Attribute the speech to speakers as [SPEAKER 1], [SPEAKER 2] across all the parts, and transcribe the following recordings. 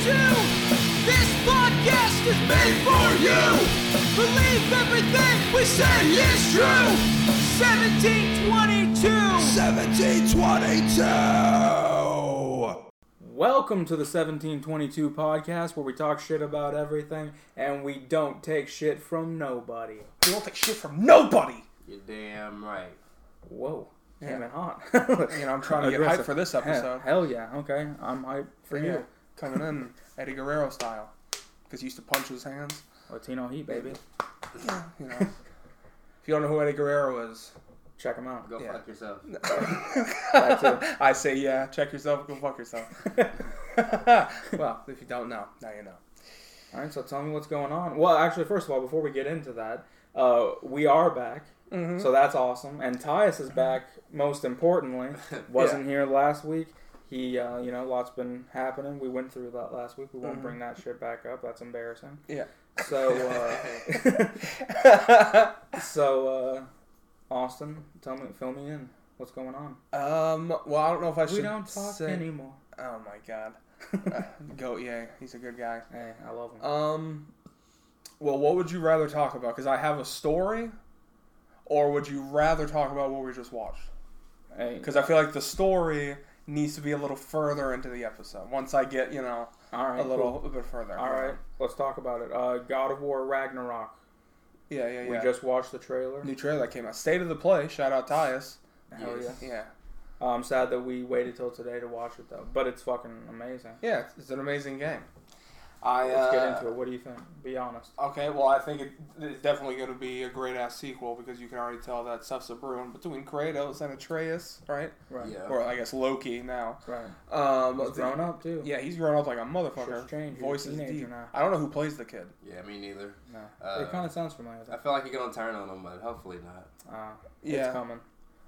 [SPEAKER 1] This podcast is made for you. Believe everything we say is true. 1722.
[SPEAKER 2] 1722.
[SPEAKER 3] Welcome to the 1722 podcast where we talk shit about everything and we don't take shit from nobody.
[SPEAKER 2] We don't take shit from nobody.
[SPEAKER 4] You're damn right.
[SPEAKER 3] Whoa. Yeah.
[SPEAKER 2] Yeah.
[SPEAKER 3] Came in hot.
[SPEAKER 2] You know, I'm trying to get hyped for this episode.
[SPEAKER 3] Hell, hell yeah. Okay. I'm hyped for
[SPEAKER 2] Yeah,
[SPEAKER 3] you.
[SPEAKER 2] coming in Eddie Guerrero style, because he used to punch with his hands.
[SPEAKER 3] Latino Heat, baby.
[SPEAKER 2] Yeah, you know. if you don't know who Eddie Guerrero is,
[SPEAKER 3] Check him out.
[SPEAKER 4] Go
[SPEAKER 2] Yeah.
[SPEAKER 4] fuck yourself.
[SPEAKER 3] That too.
[SPEAKER 2] I say yeah. Check yourself. Go fuck yourself. well, if you don't know, now you know.
[SPEAKER 3] All right. So tell me what's going on. Well, actually, first of all, before we get into that, uh, we are back.
[SPEAKER 2] Mm-hmm.
[SPEAKER 3] So that's awesome. And Tyus is back, most importantly. Wasn't here last week. He, uh, you know, lots been happening. We went through that last week. We
[SPEAKER 2] Mm-hmm.
[SPEAKER 3] won't bring that shit back up. That's embarrassing.
[SPEAKER 2] Yeah.
[SPEAKER 3] So, uh, so uh, Austin, tell me, fill me in. What's going on?
[SPEAKER 2] Um. Well, I don't know if I should.
[SPEAKER 3] We don't talk
[SPEAKER 2] say-
[SPEAKER 3] anymore.
[SPEAKER 2] Oh my god. Uh, Goat, yeah, he's a good guy.
[SPEAKER 3] Hey, I love him.
[SPEAKER 2] Um, well, what would you rather talk about? Because I have a story, or would you rather talk about what we just watched?
[SPEAKER 3] hey,
[SPEAKER 2] Because I feel like the story needs to be a little further into the episode. Once I get you know
[SPEAKER 3] all right,
[SPEAKER 2] a little a bit further.
[SPEAKER 3] All right, let's talk about it. Uh, God of War Ragnarok.
[SPEAKER 2] Yeah, yeah, yeah.
[SPEAKER 3] We just watched the trailer.
[SPEAKER 2] new trailer that came out. State of the play. Shout out Tyus.
[SPEAKER 3] Hell yeah.
[SPEAKER 4] Yes.
[SPEAKER 2] Yeah,
[SPEAKER 3] I'm sad that we waited till today to watch it though, but it's fucking amazing.
[SPEAKER 2] yeah. It's, it's an amazing game. I uh,
[SPEAKER 3] Let's get into it. What do you think? Be honest.
[SPEAKER 2] Okay, well, I think it, it's definitely going to be a great ass sequel because you can already tell that stuff's a brewing between Kratos and Atreus, right?
[SPEAKER 3] Right.
[SPEAKER 4] Yeah.
[SPEAKER 2] Or I guess Loki now.
[SPEAKER 3] Right.
[SPEAKER 2] Um,
[SPEAKER 3] He's grown up too.
[SPEAKER 2] Yeah, he's grown up like a motherfucker.
[SPEAKER 3] Shit's changed. He's a
[SPEAKER 2] Voice is
[SPEAKER 3] teenager
[SPEAKER 2] deep.
[SPEAKER 3] now.
[SPEAKER 2] I don't know who plays the kid.
[SPEAKER 4] Yeah, me neither.
[SPEAKER 3] No.
[SPEAKER 4] Uh,
[SPEAKER 3] it kind of sounds familiar.
[SPEAKER 4] I feel like you're gonna turn on him, but hopefully not.
[SPEAKER 3] Uh, It's
[SPEAKER 2] Yeah,
[SPEAKER 3] coming.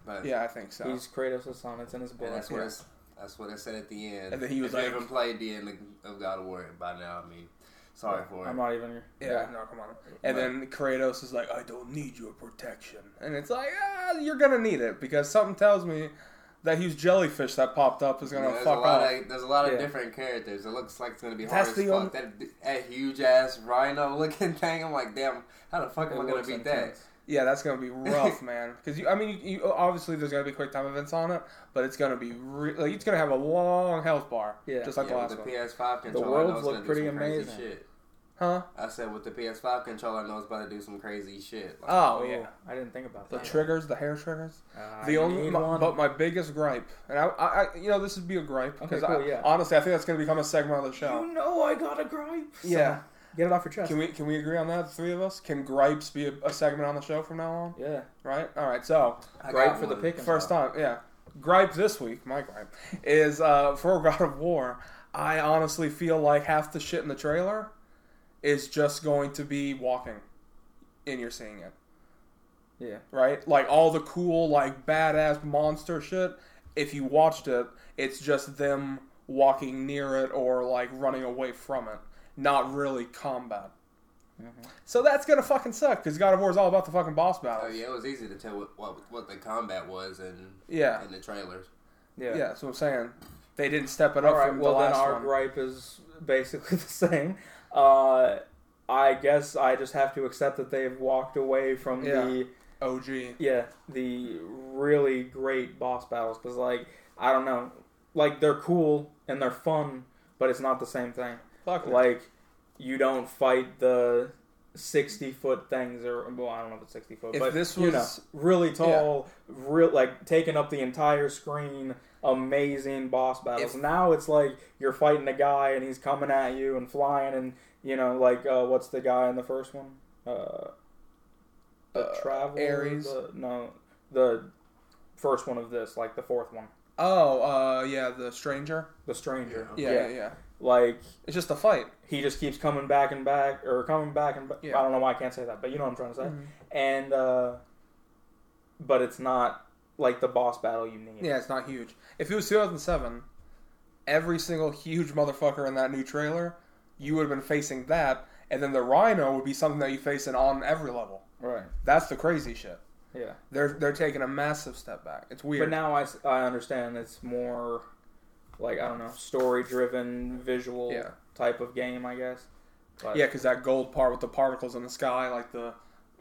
[SPEAKER 4] But
[SPEAKER 2] yeah, I think so.
[SPEAKER 3] He's Kratos' son. It's in his
[SPEAKER 4] and
[SPEAKER 3] blood.
[SPEAKER 4] that's what
[SPEAKER 2] yeah.
[SPEAKER 4] it's, that's what I said at the end.
[SPEAKER 2] And then he was
[SPEAKER 4] if you
[SPEAKER 2] like-
[SPEAKER 4] haven't played the end of God of War by now. I mean, sorry for it.
[SPEAKER 3] I'm not even.
[SPEAKER 2] yeah, no, come on. And then Kratos is like, "I don't need your protection," and it's like, ah, "You're gonna need it because something tells me that huge jellyfish that popped up is
[SPEAKER 4] You
[SPEAKER 2] gonna
[SPEAKER 4] know, there's, a
[SPEAKER 2] fuck
[SPEAKER 4] lot
[SPEAKER 2] off."
[SPEAKER 4] of, there's a lot of
[SPEAKER 3] Yeah.
[SPEAKER 4] different characters. It looks like it's gonna be hard
[SPEAKER 2] That's
[SPEAKER 4] as
[SPEAKER 2] the
[SPEAKER 4] fuck.
[SPEAKER 2] only-
[SPEAKER 4] That, that huge ass rhino looking thing. I'm like, damn, how the fuck am I
[SPEAKER 3] It
[SPEAKER 4] gonna
[SPEAKER 3] looks
[SPEAKER 4] beat
[SPEAKER 3] intense.
[SPEAKER 2] Yeah, that's gonna be rough, man. Because you, I mean, you, you obviously there's gonna be quick time events on it, but it's gonna be re- like it's gonna have a long health bar,
[SPEAKER 3] Yeah.
[SPEAKER 2] just
[SPEAKER 4] that?
[SPEAKER 2] like the
[SPEAKER 4] Yeah,
[SPEAKER 2] last
[SPEAKER 4] with the
[SPEAKER 2] one,
[SPEAKER 4] PS5 controller,
[SPEAKER 3] worlds
[SPEAKER 4] I know it's
[SPEAKER 3] look
[SPEAKER 4] gonna do
[SPEAKER 3] pretty
[SPEAKER 4] some crazy
[SPEAKER 3] amazing.
[SPEAKER 4] Shit.
[SPEAKER 2] huh?
[SPEAKER 4] I said with the PS5 controller, I know it's about to do some crazy shit. Like,
[SPEAKER 2] Oh,
[SPEAKER 3] Oh
[SPEAKER 2] yeah,
[SPEAKER 3] I didn't think about
[SPEAKER 2] the
[SPEAKER 3] that.
[SPEAKER 2] triggers, the hair triggers.
[SPEAKER 3] Uh,
[SPEAKER 2] The
[SPEAKER 3] I
[SPEAKER 2] only,
[SPEAKER 3] need
[SPEAKER 2] my-
[SPEAKER 3] one.
[SPEAKER 2] but my biggest gripe, and I, I, I- you know, this would be a gripe because
[SPEAKER 3] cool,
[SPEAKER 2] I,
[SPEAKER 3] yeah.
[SPEAKER 2] honestly, I think that's gonna become a segment of the show.
[SPEAKER 3] you know I got a gripe. So
[SPEAKER 2] Yeah.
[SPEAKER 3] Get it off your chest.
[SPEAKER 2] Can we can we agree on that, the three of us? Can gripes be a, a segment on the show from now on?
[SPEAKER 3] yeah.
[SPEAKER 2] Right. All right. So
[SPEAKER 4] I
[SPEAKER 3] Gripe
[SPEAKER 4] got
[SPEAKER 3] for the
[SPEAKER 4] one.
[SPEAKER 3] pick.
[SPEAKER 2] First time, yeah. Gripe this week, my gripe, is uh, for God of War, I honestly feel like half the shit in the trailer is just going to be walking and you're seeing it,
[SPEAKER 3] Yeah.
[SPEAKER 2] right? Like all the cool, like badass monster shit, if you watched it, it's just them walking near it or like running away from it, not really combat.
[SPEAKER 4] Mm-hmm.
[SPEAKER 2] So that's gonna fucking suck because God of War is all about the fucking boss battle.
[SPEAKER 4] Oh yeah, it was easy to tell what what, what the combat was in
[SPEAKER 2] Yeah.
[SPEAKER 4] in the trailers.
[SPEAKER 3] Yeah.
[SPEAKER 2] Yeah, that's what I'm saying. They didn't step it up
[SPEAKER 3] All right.
[SPEAKER 2] from
[SPEAKER 3] Well,
[SPEAKER 2] the
[SPEAKER 3] then
[SPEAKER 2] last
[SPEAKER 3] our
[SPEAKER 2] one.
[SPEAKER 3] gripe is basically the same. Uh, I guess I just have to accept that they've walked away from
[SPEAKER 2] Yeah.
[SPEAKER 3] the
[SPEAKER 2] OG.
[SPEAKER 3] yeah the really great boss battles because like I don't know, like they're cool and they're fun, but it's not the same thing.
[SPEAKER 2] Fuck it.
[SPEAKER 3] Like you don't fight the sixty foot things or well I don't know if it's sixty foot,
[SPEAKER 2] If
[SPEAKER 3] but
[SPEAKER 2] this
[SPEAKER 3] you know,
[SPEAKER 2] was-
[SPEAKER 3] really tall, real like taking up the entire screen, amazing boss battles.
[SPEAKER 2] If-
[SPEAKER 3] now it's like you're fighting a guy and he's coming at you and flying and you know like uh, what's the guy in the first one? Uh, the
[SPEAKER 2] Uh,
[SPEAKER 3] traveler.
[SPEAKER 2] Ares?
[SPEAKER 3] the- no, the first one of this, like the fourth one,
[SPEAKER 2] Oh, uh, yeah, the stranger.
[SPEAKER 3] the stranger.
[SPEAKER 2] Yeah, yeah, yeah.
[SPEAKER 3] like.
[SPEAKER 2] It's just a fight.
[SPEAKER 3] he just keeps coming back and back or coming back and back.
[SPEAKER 2] Yeah. Mm-hmm.
[SPEAKER 3] I don't know why I can't say that, but you know what I'm trying to say.
[SPEAKER 2] Mhm.
[SPEAKER 3] And uh, but it's not like the boss battle you need.
[SPEAKER 2] Yeah, it's not huge. If it was 2007, every single huge motherfucker in that new trailer, you would have been facing that, and then the Rhino would be something that you face in on every level.
[SPEAKER 3] Right.
[SPEAKER 2] That's the crazy shit.
[SPEAKER 3] Yeah.
[SPEAKER 2] They're they're taking a massive step back. It's weird.
[SPEAKER 3] But now I, s- I understand it's more like I don't know, story driven visual
[SPEAKER 2] Yeah.
[SPEAKER 3] type of game, I guess. But,
[SPEAKER 2] Yeah, because that gold part with the particles in the sky, like the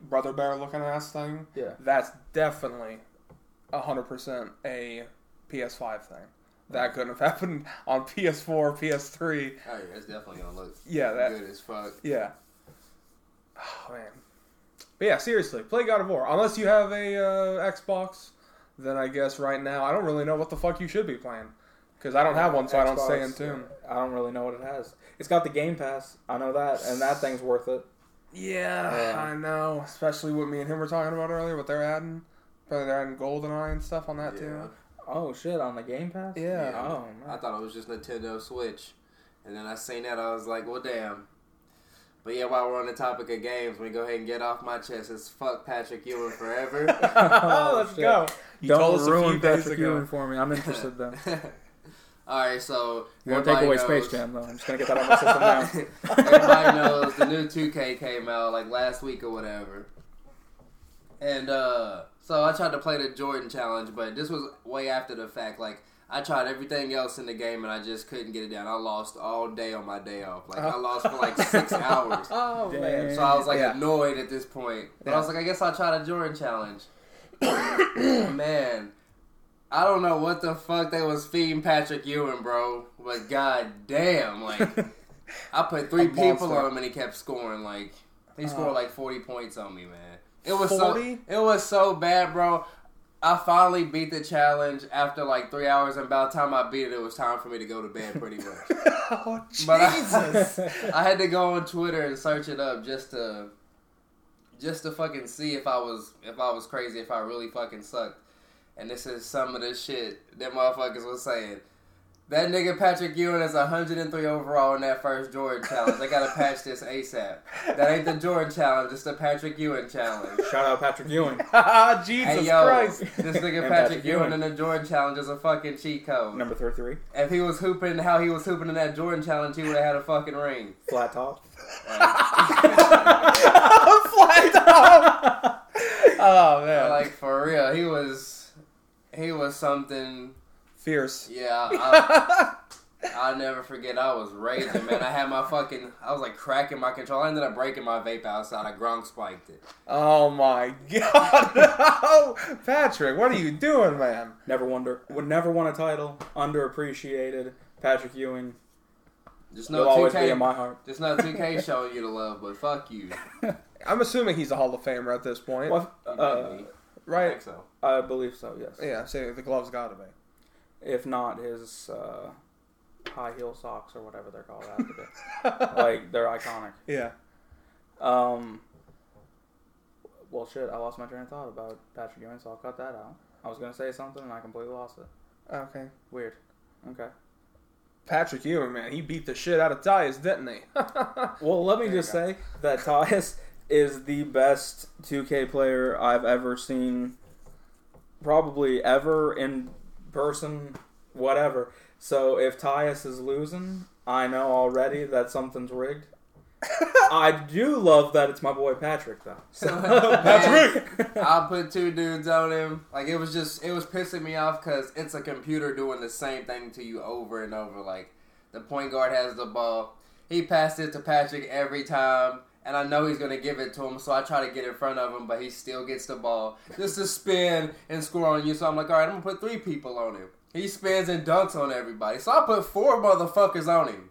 [SPEAKER 2] brother bear looking ass thing,
[SPEAKER 3] yeah,
[SPEAKER 2] that's definitely 100% a PS5 thing. That couldn't have happened on PS4, PS3.
[SPEAKER 4] Oh, yeah, it's definitely gonna look
[SPEAKER 2] Yeah, that.
[SPEAKER 4] good as fuck.
[SPEAKER 2] Yeah. Oh, man. But yeah, seriously, play God of War. Unless you have a uh, Xbox, then I guess right now, I don't really know what the fuck you should be playing. Because I don't have one, so I don't stay in
[SPEAKER 3] Xbox,
[SPEAKER 2] tune.
[SPEAKER 3] I don't really know what it has. It's got the Game Pass. I know that, and that thing's worth it.
[SPEAKER 2] Yeah,
[SPEAKER 3] Yeah.
[SPEAKER 2] I know. Especially what me and him were talking about earlier, what they're adding. Apparently they're adding GoldenEye and stuff on that too.
[SPEAKER 3] Oh shit, on the Game Pass.
[SPEAKER 2] Yeah.
[SPEAKER 4] Yeah.
[SPEAKER 3] Oh man.
[SPEAKER 4] I thought it was just Nintendo Switch, and then I seen that I was like, well, damn. But yeah, while we're on the topic of games, let me go ahead and get off my chest. It's fuck Patrick Ewing forever.
[SPEAKER 3] Oh,
[SPEAKER 2] Let's
[SPEAKER 3] shit.
[SPEAKER 2] go. You
[SPEAKER 3] Don't
[SPEAKER 2] told us a few
[SPEAKER 3] ruin
[SPEAKER 2] days
[SPEAKER 3] Patrick
[SPEAKER 2] ago.
[SPEAKER 3] Ewing for me. I'm interested though.
[SPEAKER 4] All right, so
[SPEAKER 3] You're gonna take away
[SPEAKER 4] everybody
[SPEAKER 3] Space
[SPEAKER 4] knows-
[SPEAKER 3] Jam though. I'm just gonna get that on my system now.
[SPEAKER 4] Everybody knows the new 2K came out like last week or whatever. And uh so I tried to play the Jordan challenge, but this was way after the fact. Like I tried everything else in the game and I just couldn't get it down. I lost all day on my day off. Like I lost for like six hours.
[SPEAKER 2] Oh,
[SPEAKER 3] Damn.
[SPEAKER 2] man.
[SPEAKER 4] So I was like
[SPEAKER 2] Yeah.
[SPEAKER 4] annoyed at this point. But I was like, I guess I'll try the Jordan challenge. Man, I don't know what the fuck they was feeding Patrick Ewing, bro. But god damn, like I put three
[SPEAKER 2] A
[SPEAKER 4] people
[SPEAKER 2] monster. Uh.
[SPEAKER 4] on him and he kept scoring like he scored like forty points on me, man. It was
[SPEAKER 2] 40?
[SPEAKER 4] so it was so bad, bro. I finally beat the challenge after like three hours, and by the time I beat it, it was time for me to go to bed, pretty much.
[SPEAKER 2] oh,
[SPEAKER 4] But I-
[SPEAKER 2] Jesus.
[SPEAKER 4] I had to go on Twitter and search it up just to just to fucking see if I was if I was crazy, if I really fucking sucked. And this is some of the shit that motherfuckers was saying. That nigga Patrick Ewing is 103 overall in that first Jordan challenge. They gotta patch this ASAP. That ain't the Jordan challenge, it's the Patrick Ewing challenge.
[SPEAKER 3] Shout out Patrick Ewing.
[SPEAKER 2] Jesus
[SPEAKER 4] Hey yo,
[SPEAKER 2] Christ.
[SPEAKER 4] this nigga
[SPEAKER 3] And
[SPEAKER 4] Patrick
[SPEAKER 3] Patrick
[SPEAKER 4] Ewing
[SPEAKER 3] Ewing.
[SPEAKER 4] in the Jordan challenge is a fucking cheat code.
[SPEAKER 3] Number thirty three.
[SPEAKER 4] If he was hooping how he was hooping in that Jordan challenge, he would have had a fucking ring.
[SPEAKER 3] Flat top.
[SPEAKER 2] Flat top. Oh, man.
[SPEAKER 4] like for real, he was he was something.
[SPEAKER 2] Fierce.
[SPEAKER 4] Yeah, I, I'll never forget. I was raging, man. I had my fucking. I was like cracking my control. I ended up breaking my vape outside. I gronk spiked it.
[SPEAKER 2] Oh, my God. No. Patrick, what are you doing, man?
[SPEAKER 3] Never wonder. Would never won a title. Underappreciated. Patrick Ewing
[SPEAKER 4] Just
[SPEAKER 3] will
[SPEAKER 4] no two
[SPEAKER 3] always be
[SPEAKER 4] K.
[SPEAKER 3] in my heart.
[SPEAKER 4] Just no two K showing you the love, but fuck you.
[SPEAKER 2] I'm assuming he's a Hall of Famer at this point,
[SPEAKER 3] Well, uh,
[SPEAKER 4] You I
[SPEAKER 2] right?
[SPEAKER 4] think so.
[SPEAKER 3] I believe so. Yes.
[SPEAKER 2] Yeah, so the glove's got to be.
[SPEAKER 3] if not his uh, high heel socks or whatever they're called after this. like they're iconic.
[SPEAKER 2] Yeah.
[SPEAKER 3] Um, well, shit, I lost my train of thought about Patrick Ewing, so I'll cut that out. I was gonna say something and I completely lost it.
[SPEAKER 2] Okay.
[SPEAKER 3] Weird. Okay.
[SPEAKER 2] Patrick Ewing, man, he beat the shit out of Tyus, didn't he?
[SPEAKER 3] Well, let me
[SPEAKER 2] There you
[SPEAKER 3] just say that Tyus is the best 2K player I've ever seen, probably ever in person, whatever. So if Tyus is losing, I know already that something's rigged. I do love that it's my boy Patrick though. So
[SPEAKER 4] I put two dudes on him. Like it was just it was pissing me off because it's a computer doing the same thing to you over and over. Like the point guard has the ball, he passed it to Patrick every time, and I know he's gonna give it to him. So I try to get in front of him, but he still gets the ball just to spin and score on you. So I'm like, all right, I'm gonna put three people on him. He spins and dunks on everybody. So I put four motherfuckers on him.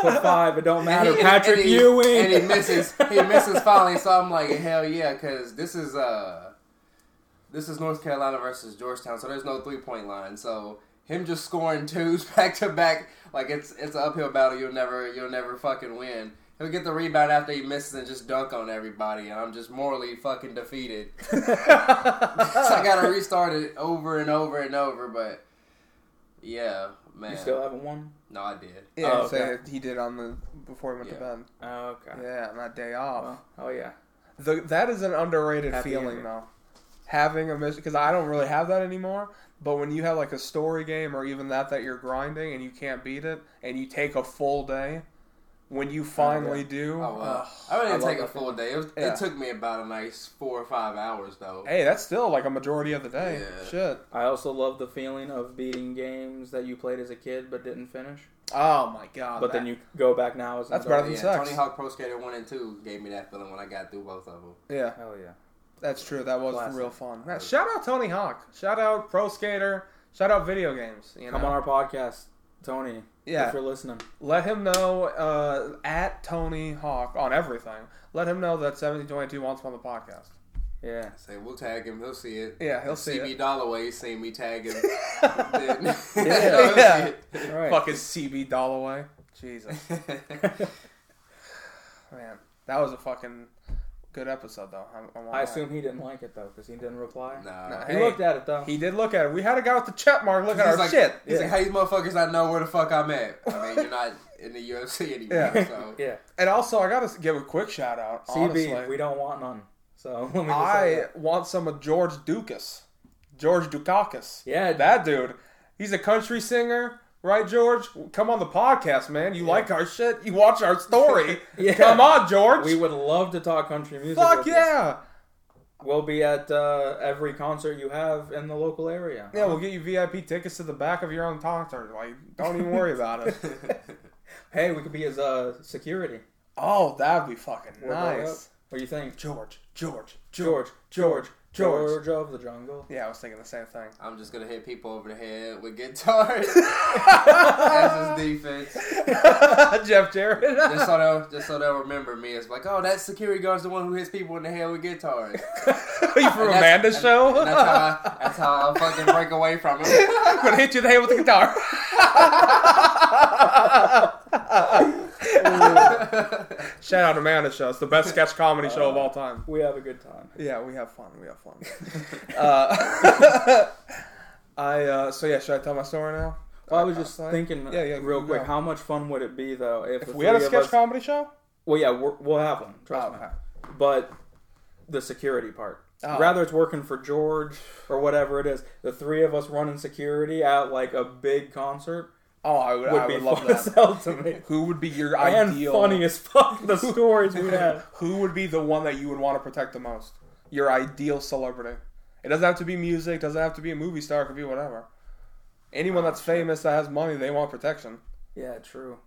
[SPEAKER 3] Put five, it don't
[SPEAKER 4] And
[SPEAKER 3] matter.
[SPEAKER 4] he-
[SPEAKER 3] Patrick
[SPEAKER 4] and he-
[SPEAKER 3] Ewing.
[SPEAKER 4] and he misses. He misses finally. So I'm like, hell yeah, because this is uh, this is North Carolina versus Georgetown. So there's no three point line. So him just scoring twos back to back, like it's it's an uphill battle. You'll never you'll never fucking win. He'll get the rebound after he misses and just dunk on everybody, and I'm just morally fucking defeated. so I gotta restart it over and over and over. But yeah, man,
[SPEAKER 3] You still haven't won.
[SPEAKER 4] no, I did.
[SPEAKER 2] yeah,
[SPEAKER 3] Oh,
[SPEAKER 2] so
[SPEAKER 3] okay.
[SPEAKER 2] he did on the before he went
[SPEAKER 4] Yeah.
[SPEAKER 2] to bed.
[SPEAKER 3] Oh, Okay.
[SPEAKER 2] Yeah, on that day off.
[SPEAKER 3] Well, oh yeah.
[SPEAKER 2] The, that is an underrated
[SPEAKER 3] Happy
[SPEAKER 2] feeling
[SPEAKER 3] ending.
[SPEAKER 2] though. Having a mission because I don't really have that anymore. But when you have like a story game or even that that you're grinding and you can't beat it and you take a full day, when
[SPEAKER 3] Oh,
[SPEAKER 2] you finally do.
[SPEAKER 4] Oh,
[SPEAKER 2] uh,
[SPEAKER 4] wow. I really
[SPEAKER 3] I
[SPEAKER 4] didn't
[SPEAKER 3] love
[SPEAKER 4] take a
[SPEAKER 3] that
[SPEAKER 4] full day. It, was-
[SPEAKER 2] Yeah.
[SPEAKER 4] it took me about a nice four or five hours, though.
[SPEAKER 2] hey, that's still like a majority of the day.
[SPEAKER 4] Yeah.
[SPEAKER 2] Shit.
[SPEAKER 3] I also love the feeling of beating games that you played as a kid but didn't finish.
[SPEAKER 2] Oh my god.
[SPEAKER 3] But then you go back now as an
[SPEAKER 2] That's
[SPEAKER 3] adult.
[SPEAKER 2] better
[SPEAKER 4] Yeah,
[SPEAKER 2] Sucks.
[SPEAKER 4] Tony Hawk Pro Skater 1 and 2 gave me that feeling when I got through both of them.
[SPEAKER 2] Yeah,
[SPEAKER 3] Hell yeah.
[SPEAKER 2] that's true. That was
[SPEAKER 3] Classic.
[SPEAKER 2] real fun. Yeah, shout out Tony Hawk. Shout out Pro Skater. Shout out video games. You know?
[SPEAKER 3] Come on our podcast, Tony.
[SPEAKER 2] Yeah.
[SPEAKER 3] If you're listening.
[SPEAKER 2] Let him know uh, at Tony Hawk on everything. Let him know that 1722 wants him on the podcast.
[SPEAKER 3] Yeah.
[SPEAKER 4] Say, we'll tag him. He'll see it.
[SPEAKER 2] Yeah, he'll see
[SPEAKER 4] CB
[SPEAKER 2] it.
[SPEAKER 4] Dollaway seen me tag him.
[SPEAKER 2] Fucking
[SPEAKER 4] Then-
[SPEAKER 3] Yeah.
[SPEAKER 4] He'll see
[SPEAKER 3] All right.
[SPEAKER 2] CB Dollaway. Jesus.
[SPEAKER 4] it.
[SPEAKER 2] Man, that was a fucking good episode, though. I'm, I'm all
[SPEAKER 3] I
[SPEAKER 2] right.
[SPEAKER 3] assume he didn't like it though, because he didn't reply.
[SPEAKER 4] Nah.
[SPEAKER 3] He
[SPEAKER 2] Hey.
[SPEAKER 3] looked at it though.
[SPEAKER 2] He did look at it. We had a guy with the chat mark look at
[SPEAKER 4] He's
[SPEAKER 2] our
[SPEAKER 4] like,
[SPEAKER 2] shit.
[SPEAKER 4] He's
[SPEAKER 3] Yeah.
[SPEAKER 4] like, how these motherfuckers not know where the fuck I'm at? I mean, you're not in the UFC anymore,
[SPEAKER 2] Yeah.
[SPEAKER 4] so.
[SPEAKER 3] yeah.
[SPEAKER 2] And also, I gotta give a quick shout out. honestly.
[SPEAKER 3] CB, we don't want none. So let me just say
[SPEAKER 2] I
[SPEAKER 3] that.
[SPEAKER 2] want some of George Dukas. George Dukakis.
[SPEAKER 3] Yeah.
[SPEAKER 2] That dude. He's a country singer, right, George? Come on the podcast, man. You like our shit. You watch our story.
[SPEAKER 3] Yeah.
[SPEAKER 2] Come on, George.
[SPEAKER 3] we would love to talk country music.
[SPEAKER 2] Fuck
[SPEAKER 3] with you.
[SPEAKER 2] yeah.
[SPEAKER 3] We'll be at uh, every concert you have in the local area.
[SPEAKER 2] Yeah, we'll get you VIP tickets to the back of your own concert. Like, don't even worry about it.
[SPEAKER 3] Hey, we could be as uh, security.
[SPEAKER 2] Oh, that'd be fucking
[SPEAKER 3] We'll go up.
[SPEAKER 2] nice.
[SPEAKER 3] What do you think?
[SPEAKER 2] George, George, George,
[SPEAKER 3] George,
[SPEAKER 2] George, George.
[SPEAKER 3] George of the jungle.
[SPEAKER 2] Yeah, I was thinking the same thing.
[SPEAKER 4] I'm just gonna hit people over the head with guitars. That's his defense.
[SPEAKER 2] Jeff Jarrett.
[SPEAKER 4] Just so they'll just so they'll remember me. It's like, oh, that security guard's the one who hits people in the head with guitars.
[SPEAKER 2] you from
[SPEAKER 4] And that's-
[SPEAKER 2] Amanda's
[SPEAKER 4] and-
[SPEAKER 2] show?
[SPEAKER 4] and that's how I, that's how I fucking break away from him.
[SPEAKER 2] I'm gonna hit you in the head with the guitar. Shout out to Amanda Show. It's the best sketch comedy show of all time.
[SPEAKER 3] We have a good time.
[SPEAKER 2] Yeah, we have fun. We have fun. uh, I uh, so yeah. Should I tell my story now?
[SPEAKER 3] Well, I was just
[SPEAKER 2] Outside?
[SPEAKER 3] thinking,
[SPEAKER 2] Yeah, yeah,
[SPEAKER 3] real quick,
[SPEAKER 2] no.
[SPEAKER 3] how much fun would it be though if, the
[SPEAKER 2] We had a
[SPEAKER 3] three of
[SPEAKER 2] sketch
[SPEAKER 3] us-
[SPEAKER 2] comedy show.
[SPEAKER 3] Well, yeah, we're, we'll have one. Trust
[SPEAKER 2] Oh,
[SPEAKER 3] me.
[SPEAKER 2] okay.
[SPEAKER 3] But the security part.
[SPEAKER 2] Oh.
[SPEAKER 3] Rather, it's working for George or whatever it is. The three of us running security at like a big concert
[SPEAKER 2] Oh, I would.
[SPEAKER 3] would
[SPEAKER 2] I
[SPEAKER 3] be
[SPEAKER 2] would love
[SPEAKER 3] fun as
[SPEAKER 2] that.
[SPEAKER 3] hell to me.
[SPEAKER 2] Who would be your
[SPEAKER 3] and
[SPEAKER 2] ideal?
[SPEAKER 3] funny as fuck. The stories we had.
[SPEAKER 2] Who would be the one that you would want to protect the most? Your ideal celebrity. It doesn't have to be music. Doesn't have to be a movie star. It could be whatever. Anyone that's famous that has money, they want protection.
[SPEAKER 3] Yeah, true.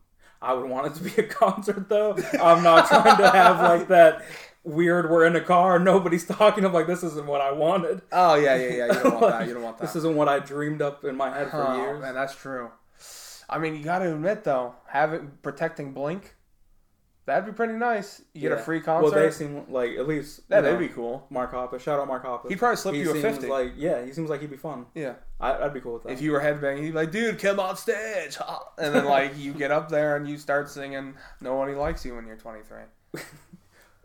[SPEAKER 3] I would want it to be a concert though. I'm not trying to have like that weird. We're in a car, nobody's talking. I'm like, this isn't what I wanted.
[SPEAKER 2] Oh yeah, yeah, yeah. You don't want that. You don't want that.
[SPEAKER 3] This isn't what I dreamed up in my head for
[SPEAKER 2] Oh,
[SPEAKER 3] years.
[SPEAKER 2] man, that's true. I mean, you got to admit though, having protecting Blink, that'd be pretty nice. You get a
[SPEAKER 3] Yeah.
[SPEAKER 2] free concert.
[SPEAKER 3] Well, they seem like at least you
[SPEAKER 2] yeah, that'd
[SPEAKER 3] know,
[SPEAKER 2] be cool.
[SPEAKER 3] Mark Hoppus. Shout out Mark Hoppus.
[SPEAKER 2] He'd probably slip
[SPEAKER 3] He
[SPEAKER 2] you a
[SPEAKER 3] seems
[SPEAKER 2] 50.
[SPEAKER 3] Like yeah, he seems like he'd be fun.
[SPEAKER 2] Yeah.
[SPEAKER 3] I, I'd be cool with that.
[SPEAKER 2] If you were headbanging, he'd be like, "Dude, come on stage," ha." and then like you get up there and you start singing. Nobody likes you when you're 23.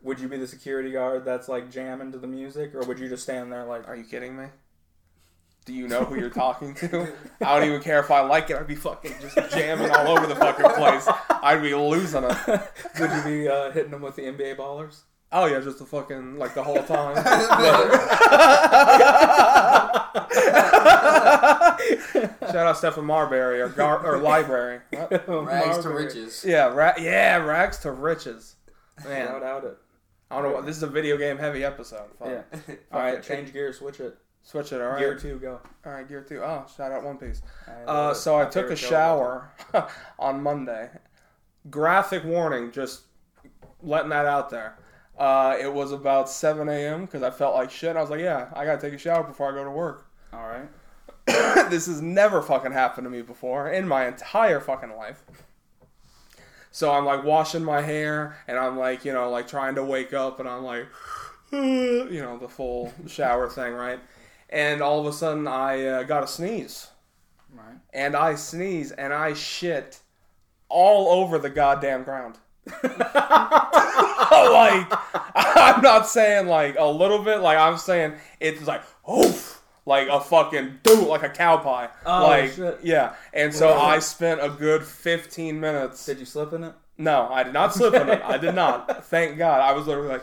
[SPEAKER 3] would you be the security guard that's like jamming to the music, or would you just stand there like?
[SPEAKER 2] Are you kidding me? Do you know who you're talking to? I don't even care if I like it. I'd be fucking just jamming all over the fucking place. I'd be losing it.
[SPEAKER 3] would you be uh, hitting them with the NBA ballers?
[SPEAKER 2] Oh yeah, just the fucking like the whole time. Shout out Stephen Marbury or gar- or Library. What?
[SPEAKER 4] Rags to
[SPEAKER 3] Marbury.
[SPEAKER 4] riches.
[SPEAKER 2] Yeah, ra- yeah, rags to riches.
[SPEAKER 3] Without
[SPEAKER 2] Man,
[SPEAKER 3] doubt it.
[SPEAKER 2] I don't know. What, this is a video game heavy episode. Fuck.
[SPEAKER 3] Yeah. All right, change gear, switch it.
[SPEAKER 2] Switch it. All right.
[SPEAKER 3] Gear two, go.
[SPEAKER 2] All right, gear two. Oh, shout out One Piece.
[SPEAKER 3] I love
[SPEAKER 2] Uh,
[SPEAKER 3] it.
[SPEAKER 2] so
[SPEAKER 3] My
[SPEAKER 2] I took a
[SPEAKER 3] favorite show.
[SPEAKER 2] shower on Monday. Graphic warning, just letting that out there. Uh, it was about 7 a.m. because I felt like shit. I was like, yeah, I gotta take a shower before I go to work.
[SPEAKER 3] All right.
[SPEAKER 2] this has never fucking happened to me before in my entire fucking life. So I'm like washing my hair and I'm like, you know, like trying to wake up and I'm like, you know, the full shower thing, right? And all of a sudden I uh, got a sneeze
[SPEAKER 3] All right.
[SPEAKER 2] and I sneeze and I shit all over the goddamn ground. like I'm not saying like a little bit, like I'm saying it's like oof, like a fucking dude, like a cow pie.
[SPEAKER 3] Oh,
[SPEAKER 2] like
[SPEAKER 3] shit.
[SPEAKER 2] yeah. And so I spent a good 15 minutes.
[SPEAKER 3] Did you slip in it?
[SPEAKER 2] No, I did not slip in it. I did not. Thank God. I was literally like,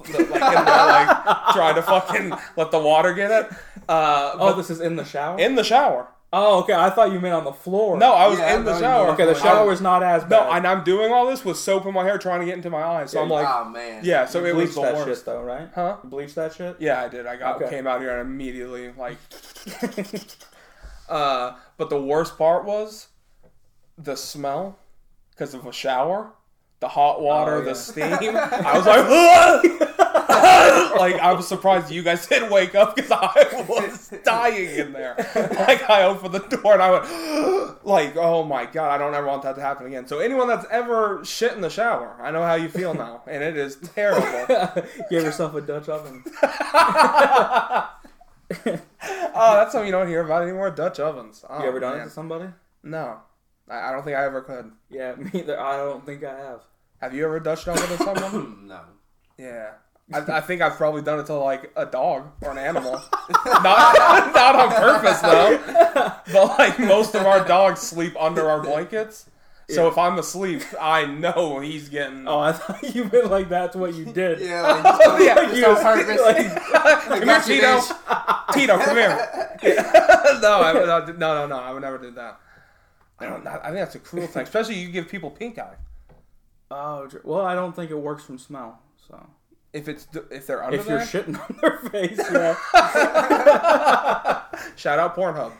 [SPEAKER 2] like, in there, like trying to fucking let the water get it. Uh,
[SPEAKER 3] Oh,
[SPEAKER 2] but
[SPEAKER 3] this is in the shower.
[SPEAKER 2] in the shower.
[SPEAKER 3] Oh, okay. I thought you meant on the floor.
[SPEAKER 2] No, I was
[SPEAKER 4] Yeah,
[SPEAKER 2] in the
[SPEAKER 4] no,
[SPEAKER 2] shower.
[SPEAKER 4] you-
[SPEAKER 3] Okay, the shower is not as
[SPEAKER 2] No,
[SPEAKER 3] bad.
[SPEAKER 2] and I'm doing all this with soap in my hair, trying to get into my eyes. So
[SPEAKER 3] Yeah,
[SPEAKER 2] I'm like,
[SPEAKER 4] oh man.
[SPEAKER 2] Uh, yeah. So
[SPEAKER 3] you
[SPEAKER 2] it was
[SPEAKER 3] bleached
[SPEAKER 2] the
[SPEAKER 3] that
[SPEAKER 2] worst.
[SPEAKER 3] shit though, right?
[SPEAKER 2] Huh?
[SPEAKER 3] You bleached that shit.
[SPEAKER 2] Yeah, I did. I got
[SPEAKER 3] Okay.
[SPEAKER 2] came out here and immediately like. uh, but the worst part was the smell because of a shower, the hot water,
[SPEAKER 3] Oh, yeah.
[SPEAKER 2] the steam. I was like, like I was surprised you guys didn't wake up because I was dying in there. Like I opened the door and I went, like, oh my god, I don't ever want that to happen again. So anyone that's ever shit in the shower, I know how you feel now, and it is terrible.
[SPEAKER 3] Give yourself a Dutch oven.
[SPEAKER 2] Oh, that's something you don't hear about anymore. Dutch ovens. Oh,
[SPEAKER 3] you ever done it
[SPEAKER 2] man.
[SPEAKER 3] to somebody?
[SPEAKER 2] No, I, I don't think I ever could.
[SPEAKER 3] Yeah, me either. I don't think I have.
[SPEAKER 2] Have you ever Dutch oven to someone?
[SPEAKER 4] No.
[SPEAKER 2] yeah, I, I think I've probably done it to like a dog or an animal. not not on purpose though,
[SPEAKER 3] Oh,
[SPEAKER 2] but like most of our dogs sleep under our blankets. So
[SPEAKER 3] Yeah.
[SPEAKER 2] if I'm asleep, I know he's getting.
[SPEAKER 3] Oh, I thought you meant like that's what you did.
[SPEAKER 4] Yeah. Like, just on,
[SPEAKER 2] Yeah,
[SPEAKER 4] just on purpose.
[SPEAKER 3] like,
[SPEAKER 2] come here,
[SPEAKER 4] got you,
[SPEAKER 2] Tito. Tito, come here. Yeah. no, I would not, no, no, no. I would never do that. I don't. I think that's a cruel thing, especially you give people pink eye.
[SPEAKER 3] oh, dr- well, I don't think it works from smell. So
[SPEAKER 2] If it's if they're under
[SPEAKER 3] if you're
[SPEAKER 2] there,
[SPEAKER 3] shitting on their face, yeah.
[SPEAKER 2] shout out Pornhub.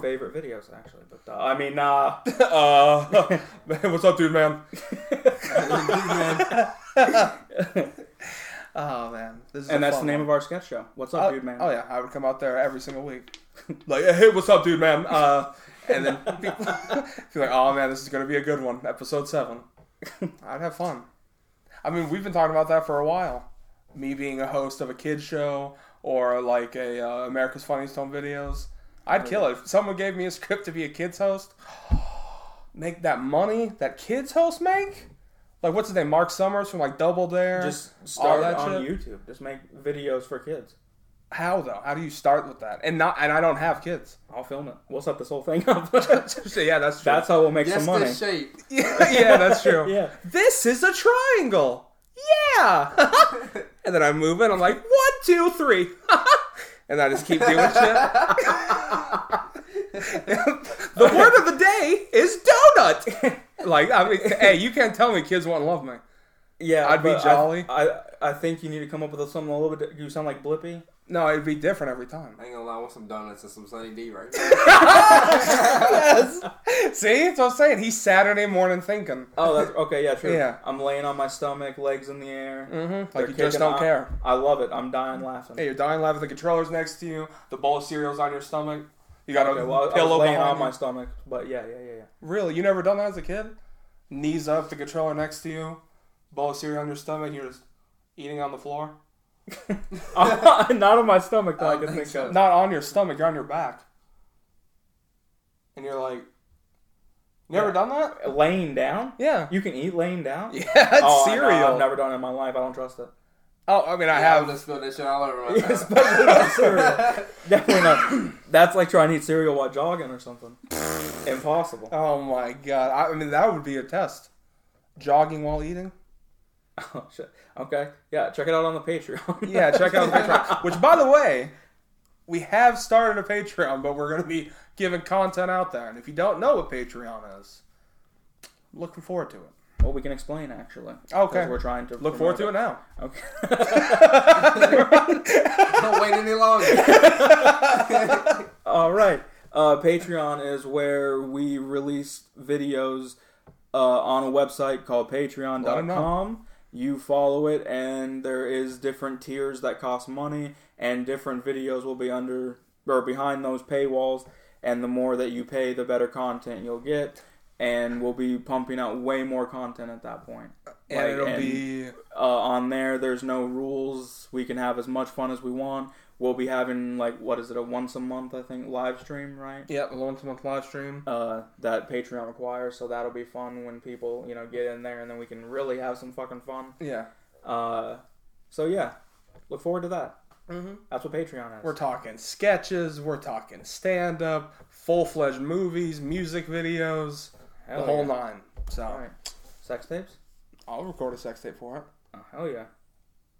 [SPEAKER 3] favorite videos actually, but uh, I mean, uh,
[SPEAKER 2] Uh, what's up, dude, man? Oh man, this is
[SPEAKER 3] and that's the name of our sketch show. What's up,
[SPEAKER 2] oh,
[SPEAKER 3] dude, man?
[SPEAKER 2] Oh yeah, I would come out there every single week, like, hey, what's up, dude, man? Uh, and then people feel like, oh man, this is gonna be a good one, episode seven. I'd have fun. I mean, we've been talking about that for a while. Me being a host of a kids show or like a uh, America's Funniest Home Videos, I'd kill it if someone gave me a script to be a kids host. Make that money that kids hosts make. Like what's his name, Mark Summers from like Double Dare.
[SPEAKER 3] Just
[SPEAKER 2] all
[SPEAKER 3] start
[SPEAKER 2] that
[SPEAKER 3] on
[SPEAKER 2] shit?
[SPEAKER 3] YouTube. Just make videos for kids.
[SPEAKER 2] How though? How do you start with that? And not and I don't have kids.
[SPEAKER 3] I'll film it. We'll set this whole thing up.
[SPEAKER 2] So, yeah, that's true.
[SPEAKER 3] That's how we'll make
[SPEAKER 4] Guess
[SPEAKER 3] some money.
[SPEAKER 4] this shape.
[SPEAKER 2] yeah, yeah, that's true.
[SPEAKER 3] Yeah.
[SPEAKER 2] This is a triangle. Yeah. and then I move it. I'm like one, two, three. and I just keep doing shit. the word of the day is donut. like I mean, hey, you can't tell me kids won't love me.
[SPEAKER 3] Yeah,
[SPEAKER 2] I'd be
[SPEAKER 3] but I-
[SPEAKER 2] jolly.
[SPEAKER 3] I, I think you need to come up with something a little bit. You sound like Blippy.
[SPEAKER 2] No, it'd be different every time.
[SPEAKER 4] I ain't gonna lie, I want some donuts and some Sunny D right now.
[SPEAKER 2] See, that's what I'm saying. He's Saturday morning thinking.
[SPEAKER 3] Oh, that's okay. Yeah, true.
[SPEAKER 2] Yeah.
[SPEAKER 3] I'm laying on my stomach, legs in the air.
[SPEAKER 2] Mm-hmm.
[SPEAKER 3] They're
[SPEAKER 2] Like you just
[SPEAKER 3] kicking
[SPEAKER 2] don't
[SPEAKER 3] out.
[SPEAKER 2] care.
[SPEAKER 3] I love it. I'm dying laughing.
[SPEAKER 2] Hey, you're dying laughing. The controller's next to you. The bowl of cereal's on your stomach. You got
[SPEAKER 3] Okay,
[SPEAKER 2] a
[SPEAKER 3] well, I- I was
[SPEAKER 2] pillow
[SPEAKER 3] laying
[SPEAKER 2] behind
[SPEAKER 3] on
[SPEAKER 2] you.
[SPEAKER 3] my stomach, but yeah, yeah, yeah, yeah.
[SPEAKER 2] Really, you never done that as a kid? Knees up, the controller next to you, bowl of cereal on your stomach. You're just eating on the floor.
[SPEAKER 3] Not on my stomach that I,
[SPEAKER 4] I
[SPEAKER 3] can
[SPEAKER 4] think
[SPEAKER 3] think
[SPEAKER 4] so.
[SPEAKER 3] of.
[SPEAKER 2] Not on your stomach. You're on your back. And you're like, you never
[SPEAKER 3] Yeah.
[SPEAKER 2] done that?
[SPEAKER 3] Laying down?
[SPEAKER 2] Yeah.
[SPEAKER 3] You can eat laying down?
[SPEAKER 2] Yeah, that's
[SPEAKER 3] Oh, no,
[SPEAKER 2] cereal.
[SPEAKER 3] I've never done it in my life. I don't trust it.
[SPEAKER 2] Oh, I mean, I
[SPEAKER 4] I would
[SPEAKER 2] have.
[SPEAKER 4] just spilled that shit all over my mouth.
[SPEAKER 3] Especially not cereal. Definitely not. That's like trying to eat cereal while jogging or something. Impossible.
[SPEAKER 2] Oh my god. I, I mean, that would be a test. Jogging while eating.
[SPEAKER 3] Oh, shit. Okay. Yeah, check it out on the Patreon.
[SPEAKER 2] Yeah, check out the Patreon. Which, by the way, we have started a Patreon, but we're going to be giving content out there. And if you don't know what Patreon is, looking forward to it.
[SPEAKER 3] Well, we can explain actually.
[SPEAKER 2] Okay.
[SPEAKER 3] 'Cause We're trying to
[SPEAKER 2] Look forward to it now.
[SPEAKER 3] Okay.
[SPEAKER 4] Don't wait any longer.
[SPEAKER 3] All right. Uh, Patreon is where we release videos uh, on a website called
[SPEAKER 2] Let 'em
[SPEAKER 3] patreon.com. You follow it, and there is different tiers that cost money, and different videos will be under or behind those paywalls. And the more that you pay, the better content you'll get, and we'll be pumping out way more content at that point.
[SPEAKER 2] And
[SPEAKER 3] Like,
[SPEAKER 2] it'll
[SPEAKER 3] and-
[SPEAKER 2] be.
[SPEAKER 3] uh, on there. There's no rules. We can have as much fun as we want. We'll be having like what is it a once a month I think live stream right?
[SPEAKER 2] Yeah, a once a month live stream.
[SPEAKER 3] Uh, that Patreon requires, so that'll be fun when people you know get in there, and then we can really have some fucking fun.
[SPEAKER 2] Yeah.
[SPEAKER 3] Uh, so yeah, look forward to that.
[SPEAKER 2] Mhm.
[SPEAKER 3] That's what Patreon is.
[SPEAKER 2] We're talking sketches, we're talking stand up, full fledged movies, music videos,
[SPEAKER 3] Hell
[SPEAKER 2] the whole
[SPEAKER 3] yeah.
[SPEAKER 2] nine. So
[SPEAKER 3] All right. Sex tapes?
[SPEAKER 2] I'll record a sex tape for it.
[SPEAKER 3] Oh, hell yeah.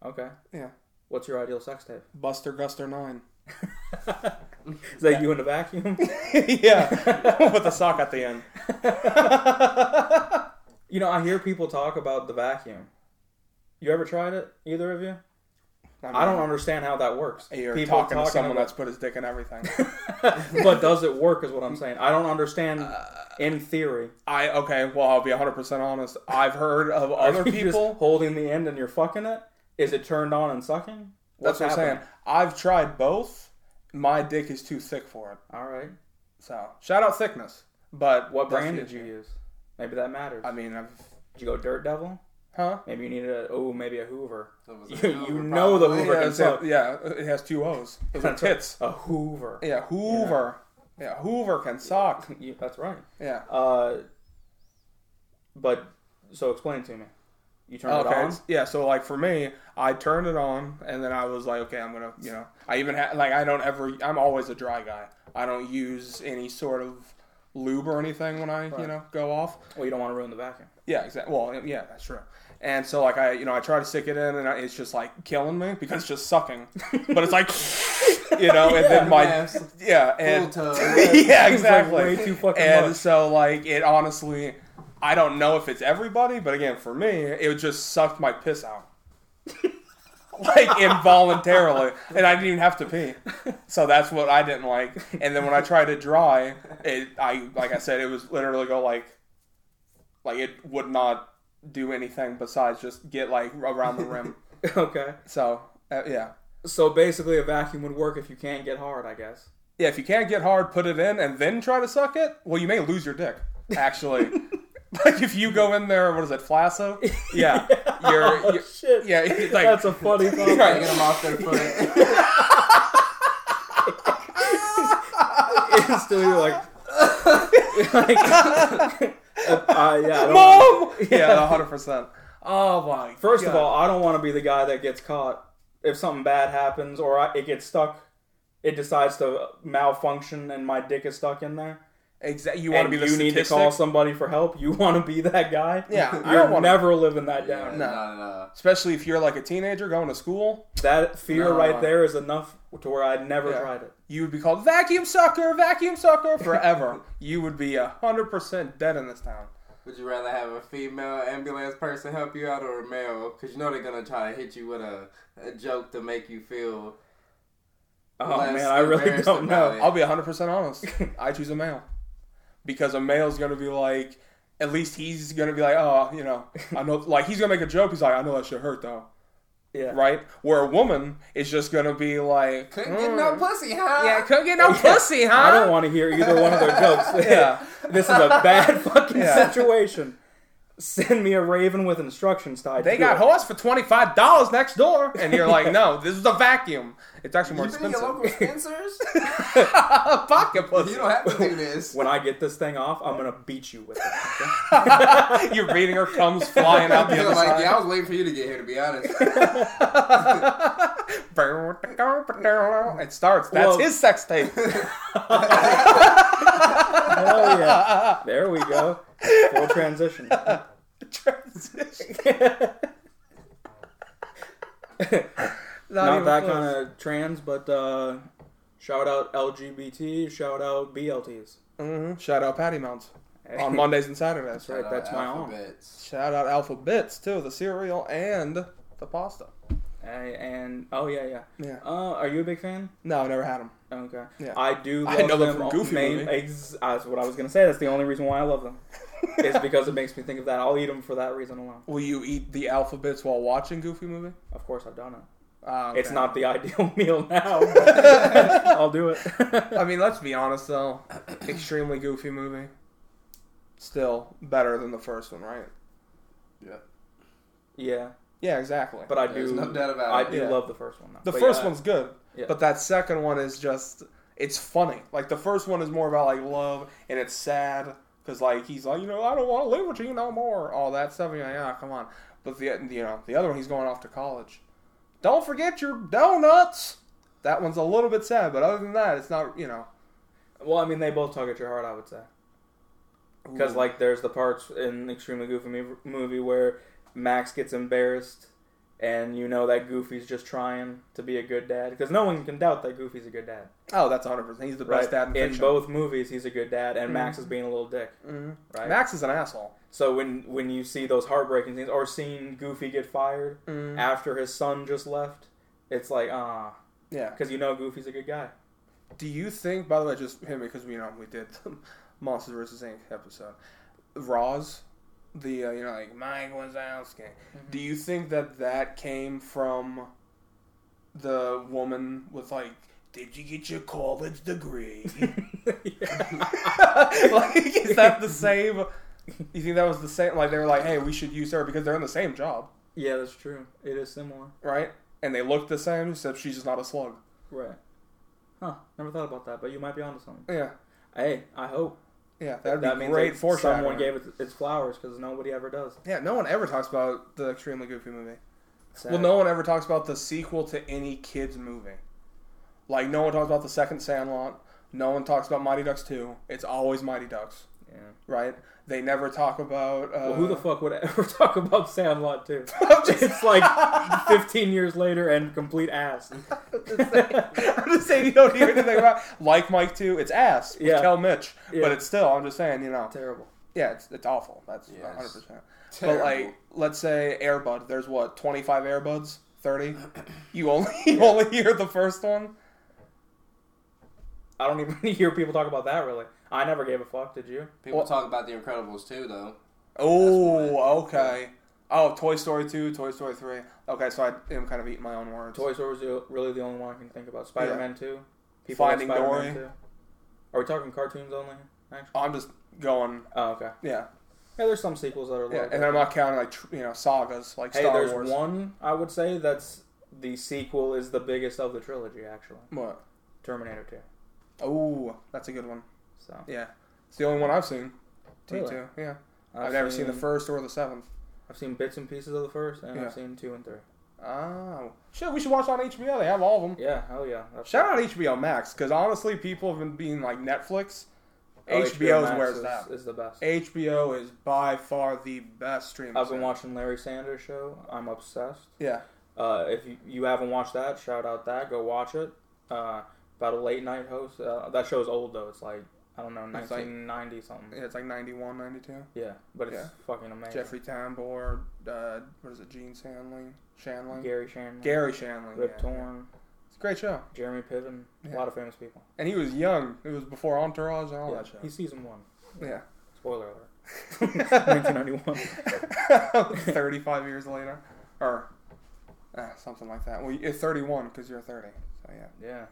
[SPEAKER 3] Okay.
[SPEAKER 2] Yeah.
[SPEAKER 3] What's your ideal sex tape?
[SPEAKER 2] Buster Guster Nine.
[SPEAKER 3] Is that you in a vacuum?
[SPEAKER 2] yeah, with a sock at the end.
[SPEAKER 3] you know, I hear people talk about the vacuum. You ever tried it? Either of you? I don't understand how that works.
[SPEAKER 2] mean, You're
[SPEAKER 3] People
[SPEAKER 2] talking to someone
[SPEAKER 3] about-
[SPEAKER 2] that's put his dick in everything.
[SPEAKER 3] but does it work? Is what I'm saying. I don't understand.
[SPEAKER 2] Uh,
[SPEAKER 3] in theory,
[SPEAKER 2] I okay. Well, I'll be 100 percent honest. I've heard of other
[SPEAKER 3] Are you just
[SPEAKER 2] people.
[SPEAKER 3] holding the end and you're fucking it. Is it turned on and sucking?
[SPEAKER 2] That's what I'm saying. I've tried both. My dick is too thick for it.
[SPEAKER 3] All right.
[SPEAKER 2] So shout out thickness. But
[SPEAKER 3] What
[SPEAKER 2] that's
[SPEAKER 3] brand
[SPEAKER 2] the
[SPEAKER 3] did you
[SPEAKER 2] issue.
[SPEAKER 3] use? Maybe that matters.
[SPEAKER 2] I mean, I've,
[SPEAKER 3] did you go Dirt Devil?
[SPEAKER 2] huh?
[SPEAKER 3] Maybe you needed a oh, maybe a Hoover.
[SPEAKER 4] That was a
[SPEAKER 3] You,
[SPEAKER 4] Hoover,
[SPEAKER 3] you know the
[SPEAKER 4] probably.
[SPEAKER 3] Hoover
[SPEAKER 2] Yeah,
[SPEAKER 3] can
[SPEAKER 2] it's a-
[SPEAKER 3] suck.
[SPEAKER 2] yeah, it has two O's. Those are tits.
[SPEAKER 3] A Hoover.
[SPEAKER 2] Yeah, Hoover. Yeah, Hoover can suck.
[SPEAKER 3] You- that's right.
[SPEAKER 2] Yeah.
[SPEAKER 3] Uh, but so explain it to me. You turned it
[SPEAKER 2] Okay.
[SPEAKER 3] on.
[SPEAKER 2] Yeah. So like for me, I turned it on, and then I was like, okay, I'm gonna, you know, I even ha- like I don't ever, I'm always a dry guy. I don't use any sort of lube or anything when I, you know, go off.
[SPEAKER 3] Well, you don't want to ruin the vacuum.
[SPEAKER 2] Yeah, exactly. Well, yeah, that's true. And so, like, I, you know, I try to stick it in, and I, it's just like killing me because it's just sucking. But it's like, you know, and then my, yeah,
[SPEAKER 4] Yes.
[SPEAKER 2] and
[SPEAKER 4] Full tub.
[SPEAKER 2] yeah,
[SPEAKER 3] It's like
[SPEAKER 2] exactly.
[SPEAKER 3] way too fucking
[SPEAKER 2] and
[SPEAKER 3] much.
[SPEAKER 2] so, like, it honestly, I don't know if it's everybody, but again, for me, it just sucked my piss out, like involuntarily, and I didn't even have to pee. So that's what I didn't like. And then when I tried to dry, it, I, like I said, it was literally go like like it would not do anything besides just get like around the rim.
[SPEAKER 3] okay.
[SPEAKER 2] so uh, yeah,
[SPEAKER 3] So basically, a vacuum would work if you can't get hard. I guess.
[SPEAKER 2] yeah. If you can't get hard, put it in and then try to suck it. Well, you may lose your dick. Actually, like if you go in there, what is it, flasso? Yeah, you're,
[SPEAKER 3] Oh,
[SPEAKER 2] you're
[SPEAKER 3] shit.
[SPEAKER 2] yeah. it's Like
[SPEAKER 3] That's a funny thought.
[SPEAKER 4] Trying to get him off their foot.
[SPEAKER 3] Instantly, you're like, like uh, yeah. I don't wanna-
[SPEAKER 2] mom. Yeah, hundred percent. Oh my.
[SPEAKER 3] First of
[SPEAKER 2] God.
[SPEAKER 3] all, I don't want to be the guy that gets caught if something bad happens or I, it gets stuck. It decides to malfunction and my dick is stuck in there.
[SPEAKER 2] exactly. You
[SPEAKER 3] And
[SPEAKER 2] want to be the
[SPEAKER 3] you need to
[SPEAKER 2] statistic?
[SPEAKER 3] call somebody for help. You want to be that guy.
[SPEAKER 2] Yeah, I
[SPEAKER 3] you're
[SPEAKER 2] don't wanna-
[SPEAKER 3] never living that
[SPEAKER 4] Yeah,
[SPEAKER 3] down.
[SPEAKER 4] no, no, no.
[SPEAKER 2] Especially if you're like a teenager going to school,
[SPEAKER 3] That fear
[SPEAKER 2] No.
[SPEAKER 3] right there is enough to where I'd never
[SPEAKER 2] Yeah.
[SPEAKER 3] tried it.
[SPEAKER 2] you would be called vacuum sucker, vacuum sucker forever. you would be hundred percent dead in this town.
[SPEAKER 4] Would you rather have a female ambulance person help you out or a male? Because you know they're gonna try to hit you with a, a joke to make you feel.
[SPEAKER 3] Oh
[SPEAKER 4] less
[SPEAKER 3] man, I really
[SPEAKER 4] embarrassed
[SPEAKER 3] don't
[SPEAKER 4] about
[SPEAKER 3] know.
[SPEAKER 4] it.
[SPEAKER 2] I'll be 100% honest. I choose a male. Because a male's going to be like, at least he's going to be like, oh, you know, I know, like, he's going to make a joke. He's like, I know that shit hurt, though.
[SPEAKER 3] Yeah.
[SPEAKER 2] Right? Where a woman is just going to be like,
[SPEAKER 4] Couldn't get no
[SPEAKER 2] "Mm,
[SPEAKER 4] pussy, huh?
[SPEAKER 2] Yeah, couldn't get no pussy, huh?
[SPEAKER 3] I don't want to hear either one of their jokes.
[SPEAKER 2] Yeah.
[SPEAKER 3] this is a bad fucking
[SPEAKER 2] Yeah.
[SPEAKER 3] situation. Send me a raven with instructions tied.
[SPEAKER 2] They
[SPEAKER 3] to
[SPEAKER 2] got
[SPEAKER 3] it.
[SPEAKER 2] horse for $25 next door. And you're like, no, this is a vacuum. It's actually more
[SPEAKER 4] You been to your
[SPEAKER 2] expensive.
[SPEAKER 4] local Spencer's?
[SPEAKER 2] Pocket pussy.
[SPEAKER 4] you don't have to do this.
[SPEAKER 3] When I get this thing off, I'm gonna beat you with it.
[SPEAKER 2] You're reading her comes flying out the
[SPEAKER 4] You're
[SPEAKER 2] other
[SPEAKER 4] like,
[SPEAKER 2] side.
[SPEAKER 4] yeah, I was waiting for you to get here, to be honest.
[SPEAKER 2] It starts. That's
[SPEAKER 3] Well-
[SPEAKER 2] his sex tape.
[SPEAKER 3] Hell yeah! There we go. Full transition.
[SPEAKER 2] Transition.
[SPEAKER 3] Not that kind of trans, but uh, shout out LGBT. Shout out BLTs.
[SPEAKER 2] hmm Shout out Patty Mounts on Mondays and Saturdays.
[SPEAKER 3] Right, that's my own.
[SPEAKER 4] Alphabets.
[SPEAKER 2] Shout out Alpha Bits too, the cereal and the pasta.
[SPEAKER 3] Hey, and oh yeah, yeah.
[SPEAKER 2] Yeah.
[SPEAKER 3] Uh, are you a big fan?
[SPEAKER 2] No, I never had them.
[SPEAKER 3] Okay.
[SPEAKER 2] Yeah.
[SPEAKER 3] I do. Love
[SPEAKER 2] I know them from
[SPEAKER 3] all-
[SPEAKER 2] Goofy
[SPEAKER 3] main-
[SPEAKER 2] movie.
[SPEAKER 3] Ex- that's what I was gonna say. That's the only reason why I love them. is because it makes me think of that. I'll eat them for that reason alone.
[SPEAKER 2] Will you eat the Alpha Bits while watching Goofy movie?
[SPEAKER 3] Of course, I've done it.
[SPEAKER 2] Uh,
[SPEAKER 3] It's not the ideal meal now. but I'll do it.
[SPEAKER 2] I mean, let's be honest though. Extremely Goofy movie. Still better than the first one, right?
[SPEAKER 4] Yeah.
[SPEAKER 3] yeah,
[SPEAKER 2] Yeah, exactly.
[SPEAKER 3] but I
[SPEAKER 4] There's
[SPEAKER 3] do.
[SPEAKER 4] no doubt about
[SPEAKER 3] I
[SPEAKER 4] it.
[SPEAKER 3] do
[SPEAKER 2] Yeah.
[SPEAKER 3] love the first one. Though.
[SPEAKER 2] The
[SPEAKER 3] But
[SPEAKER 2] first
[SPEAKER 3] yeah,
[SPEAKER 2] one's good,
[SPEAKER 3] yeah.
[SPEAKER 2] but that second one is just it's funny. Like the first one is more about like love and it's sad because like he's like you know I don't want to live with you no more, all that stuff. You're like ah come on, but the you know the other one he's going off to college. Don't forget your donuts. That one's a little bit sad, but other than that, it's not you know
[SPEAKER 3] Well, I mean, they both tug at your heart. I would say because
[SPEAKER 2] ooh,
[SPEAKER 3] like there's the parts in Extremely Goofy Mov- movie where Max gets embarrassed and you know that Goofy's just trying to be a good dad because no one can doubt that Goofy's a good dad.
[SPEAKER 2] Oh, that's 100. percent He's the
[SPEAKER 3] Right?
[SPEAKER 2] best dad in,
[SPEAKER 3] in
[SPEAKER 2] fiction. Mm-hmm.
[SPEAKER 3] both movies, he's a good dad, and Max is being a little dick.
[SPEAKER 2] Mhm.
[SPEAKER 3] Right.
[SPEAKER 2] Max is an asshole.
[SPEAKER 3] So when when you see those heartbreaking scenes, or seeing Goofy get fired
[SPEAKER 2] Mm-hmm.
[SPEAKER 3] after his son just left, it's like ah,
[SPEAKER 2] Yeah.
[SPEAKER 3] because you know Goofy's a good guy.
[SPEAKER 2] Do you think, by the way, just him because we you know we did the Monsters vs. Inc. episode, Roz, the uh, you know like Mike Wazowski.
[SPEAKER 3] Mm-hmm.
[SPEAKER 2] Do you think that that came from the woman with like, did you get your college degree? like, is that the same? You think that was the same? Like they were like, hey, we should use her because they're in the same job,
[SPEAKER 3] yeah, that's true. It is similar.
[SPEAKER 2] right? And they look the same, except she's just not a slug.
[SPEAKER 3] Right. Huh. Never thought about that, but you might be onto something.
[SPEAKER 2] Yeah,
[SPEAKER 3] Hey, I hope
[SPEAKER 2] yeah, that'd
[SPEAKER 3] that
[SPEAKER 2] be
[SPEAKER 3] means
[SPEAKER 2] great
[SPEAKER 3] that
[SPEAKER 2] foreshadowing.
[SPEAKER 3] someone gave it its flowers because nobody ever does.
[SPEAKER 2] Yeah, no one ever talks about the extremely goofy movie.
[SPEAKER 3] Sad.
[SPEAKER 2] Well, no one ever talks about the sequel to any kids movie. Like no one talks about the second Sandlot. No one talks about Mighty Ducks two. It's always Mighty Ducks,
[SPEAKER 3] Yeah.
[SPEAKER 2] right? They never talk about. Uh,
[SPEAKER 3] Well, who the fuck would ever talk about Sandlot too?
[SPEAKER 2] I'm just,
[SPEAKER 3] it's like 15 years later and complete ass.
[SPEAKER 2] I'm just saying you don't hear anything about like Mike two. It's ass. with
[SPEAKER 3] Yeah.
[SPEAKER 2] Kel Mitch,
[SPEAKER 3] Yeah.
[SPEAKER 2] but it's still. I'm just saying, you know.
[SPEAKER 3] Terrible.
[SPEAKER 2] Yeah, it's it's awful. That's
[SPEAKER 4] Yes.
[SPEAKER 2] 100. percent But
[SPEAKER 4] Terrible.
[SPEAKER 2] like, let's say Airbud. There's what 25 Airbuds, 30. You only you only hear the first one.
[SPEAKER 3] I don't even hear people talk about that really. I never gave a fuck. Did you?
[SPEAKER 4] people
[SPEAKER 2] well-
[SPEAKER 4] talk about The Incredibles too, though.
[SPEAKER 2] Oh, okay. Oh, Toy Story 2, Toy Story 3. Okay, so I am kind of eating my own words.
[SPEAKER 3] Toy Story was the- really the only one I can think about. Spider Man Two. like
[SPEAKER 2] Finding
[SPEAKER 3] Spider-Man
[SPEAKER 2] Dory.
[SPEAKER 3] 2. Are we talking cartoons only? Actually.
[SPEAKER 2] I'm just going,
[SPEAKER 3] Oh, okay.
[SPEAKER 2] yeah.
[SPEAKER 3] Yeah, there's some sequels that are. a
[SPEAKER 2] yeah.
[SPEAKER 3] little
[SPEAKER 2] And
[SPEAKER 3] bit-
[SPEAKER 2] I'm not counting, like, tr- you know, sagas, like
[SPEAKER 3] Hey,
[SPEAKER 2] Star
[SPEAKER 3] there's
[SPEAKER 2] Wars.
[SPEAKER 3] one I would say that's the sequel is the biggest of the trilogy actually.
[SPEAKER 2] What?
[SPEAKER 3] Terminator Two.
[SPEAKER 2] Oh, that's a good one.
[SPEAKER 3] So
[SPEAKER 2] Yeah. It's the only one I've seen. T2,
[SPEAKER 3] Really?
[SPEAKER 2] yeah. I've, never seen the first or the seventh.
[SPEAKER 3] I've seen bits and pieces of the first, and
[SPEAKER 2] Yeah.
[SPEAKER 3] I've seen two and three.
[SPEAKER 2] Oh. Shit, we should watch it on HBO. They have all of them.
[SPEAKER 3] Yeah, hell yeah. That's
[SPEAKER 2] Shout out HBO Max, because honestly, people have been being like Netflix.
[SPEAKER 3] Oh,
[SPEAKER 2] HBO's
[SPEAKER 3] Max
[SPEAKER 2] where it's
[SPEAKER 3] is,
[SPEAKER 2] at.
[SPEAKER 3] is the best.
[SPEAKER 2] HBO is by far the best streaming.
[SPEAKER 3] I've been
[SPEAKER 2] service.
[SPEAKER 3] watching Larry Sanders' show. I'm obsessed.
[SPEAKER 2] Yeah.
[SPEAKER 3] Uh, if you, you haven't watched that, shout out that. Go watch it. Uh, about a late night host. Uh, that show is old though. It's like I don't know,
[SPEAKER 2] It's like-
[SPEAKER 3] 1990 something.
[SPEAKER 2] Yeah, it's like 91, 92.
[SPEAKER 3] Yeah, but it's
[SPEAKER 2] Yeah.
[SPEAKER 3] fucking amazing.
[SPEAKER 2] Jeffrey Tambor, uh, what is it, Gene Sandling? Shanling?
[SPEAKER 3] Gary Shanley,
[SPEAKER 2] Gary Shanling.
[SPEAKER 3] Rip
[SPEAKER 2] yeah.
[SPEAKER 3] Torn,
[SPEAKER 2] It's a great show.
[SPEAKER 3] Jeremy Piven,
[SPEAKER 2] Yeah.
[SPEAKER 3] a lot of famous people.
[SPEAKER 2] And he was young. It was before Entourage and all
[SPEAKER 3] yeah,
[SPEAKER 2] that show.
[SPEAKER 3] he's season one.
[SPEAKER 2] Yeah.
[SPEAKER 3] Spoiler alert. 1991.
[SPEAKER 2] 35 years later. Or uh, something like that. Well, you're 31 because you're 30. So, yeah.
[SPEAKER 3] Yeah,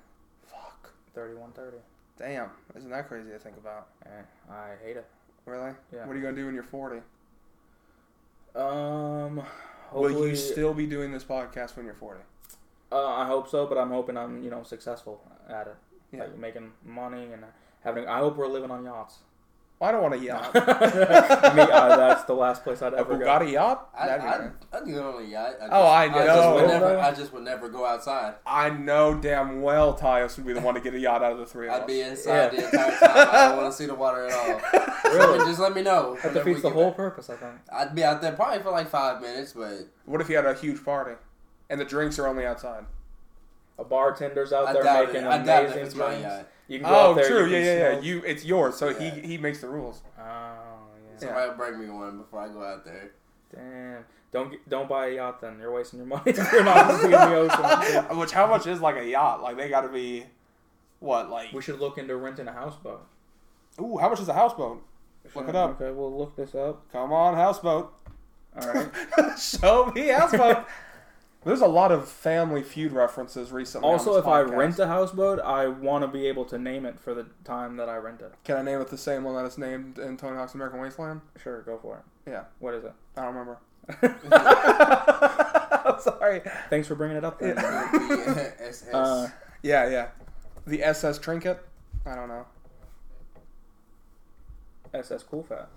[SPEAKER 2] Fuck.
[SPEAKER 3] 3130.
[SPEAKER 2] Damn. Isn't that crazy to think about?
[SPEAKER 3] Eh, I hate it.
[SPEAKER 2] Really?
[SPEAKER 3] Yeah.
[SPEAKER 2] What are you going to do when you're 40?
[SPEAKER 3] Um,
[SPEAKER 2] Will
[SPEAKER 3] hopefully-
[SPEAKER 2] you still be doing this podcast when you're 40?
[SPEAKER 3] Uh, I hope so, but I'm hoping I'm you know successful at it,
[SPEAKER 2] Yeah.
[SPEAKER 3] like making money and having. I hope we're living on yachts.
[SPEAKER 2] Well, I don't want a yacht.
[SPEAKER 3] Me, uh, that's the last place I'd
[SPEAKER 2] a
[SPEAKER 3] ever go.
[SPEAKER 2] Bugatti yacht?
[SPEAKER 4] I,
[SPEAKER 2] That'd be
[SPEAKER 4] I,
[SPEAKER 2] nice.
[SPEAKER 4] I, do it on a yacht. I
[SPEAKER 2] Oh, I know.
[SPEAKER 4] Just would never,
[SPEAKER 3] Though.
[SPEAKER 4] I just would never go outside.
[SPEAKER 2] I know damn well Tyus would be the one to get a yacht out of the three of us.
[SPEAKER 4] I'd be inside
[SPEAKER 3] Yeah.
[SPEAKER 4] the entire time. I don't want to see the water at all.
[SPEAKER 3] Really,
[SPEAKER 4] Just let me know.
[SPEAKER 3] that
[SPEAKER 4] whenever we
[SPEAKER 3] defeats the
[SPEAKER 4] get
[SPEAKER 3] whole
[SPEAKER 4] back.
[SPEAKER 3] purpose. I think.
[SPEAKER 4] I'd be out there probably for like five minutes, but
[SPEAKER 2] What if you had a huge party and the drinks are only outside?
[SPEAKER 3] A bartender's out
[SPEAKER 4] I
[SPEAKER 3] there
[SPEAKER 4] doubt
[SPEAKER 3] making
[SPEAKER 4] it. I doubt if
[SPEAKER 3] amazing
[SPEAKER 4] it's my
[SPEAKER 3] drinks.
[SPEAKER 4] yacht.
[SPEAKER 3] You can go out
[SPEAKER 2] Oh,
[SPEAKER 3] there,
[SPEAKER 2] true.
[SPEAKER 3] you
[SPEAKER 2] Yeah,
[SPEAKER 3] can
[SPEAKER 2] yeah, yeah.
[SPEAKER 3] smell-
[SPEAKER 2] You, it's yours, so
[SPEAKER 4] Yeah.
[SPEAKER 2] he he makes the rules.
[SPEAKER 3] Oh yeah.
[SPEAKER 4] Somebody bring me one before I go out there.
[SPEAKER 3] Damn. Don't get, don't buy a yacht then. You're wasting your money. if You're not going to be in the ocean. and shit.
[SPEAKER 2] Which how much is like a yacht? Like they got to be, what like?
[SPEAKER 3] We should look into renting a houseboat.
[SPEAKER 2] Ooh, how much is a houseboat? Look it up.
[SPEAKER 3] Okay, we'll look this up.
[SPEAKER 2] Come on, houseboat.
[SPEAKER 3] All right.
[SPEAKER 2] Show me houseboat. There's a lot of Family Feud references recently. on
[SPEAKER 3] Also,
[SPEAKER 2] this
[SPEAKER 3] if I
[SPEAKER 2] podcast.
[SPEAKER 3] rent a houseboat, I want to be able to name it for the time that I rent it.
[SPEAKER 2] can I name it the same one that is named in Tony Hawk's American Wasteland?
[SPEAKER 3] Sure, go for it.
[SPEAKER 2] Yeah.
[SPEAKER 3] What is it?
[SPEAKER 2] I don't remember. I'm sorry.
[SPEAKER 3] Thanks for bringing it up. Then.
[SPEAKER 4] SS.
[SPEAKER 3] Uh,
[SPEAKER 2] Yeah, yeah. The SS trinket. I don't know.
[SPEAKER 3] SS Cool Fat.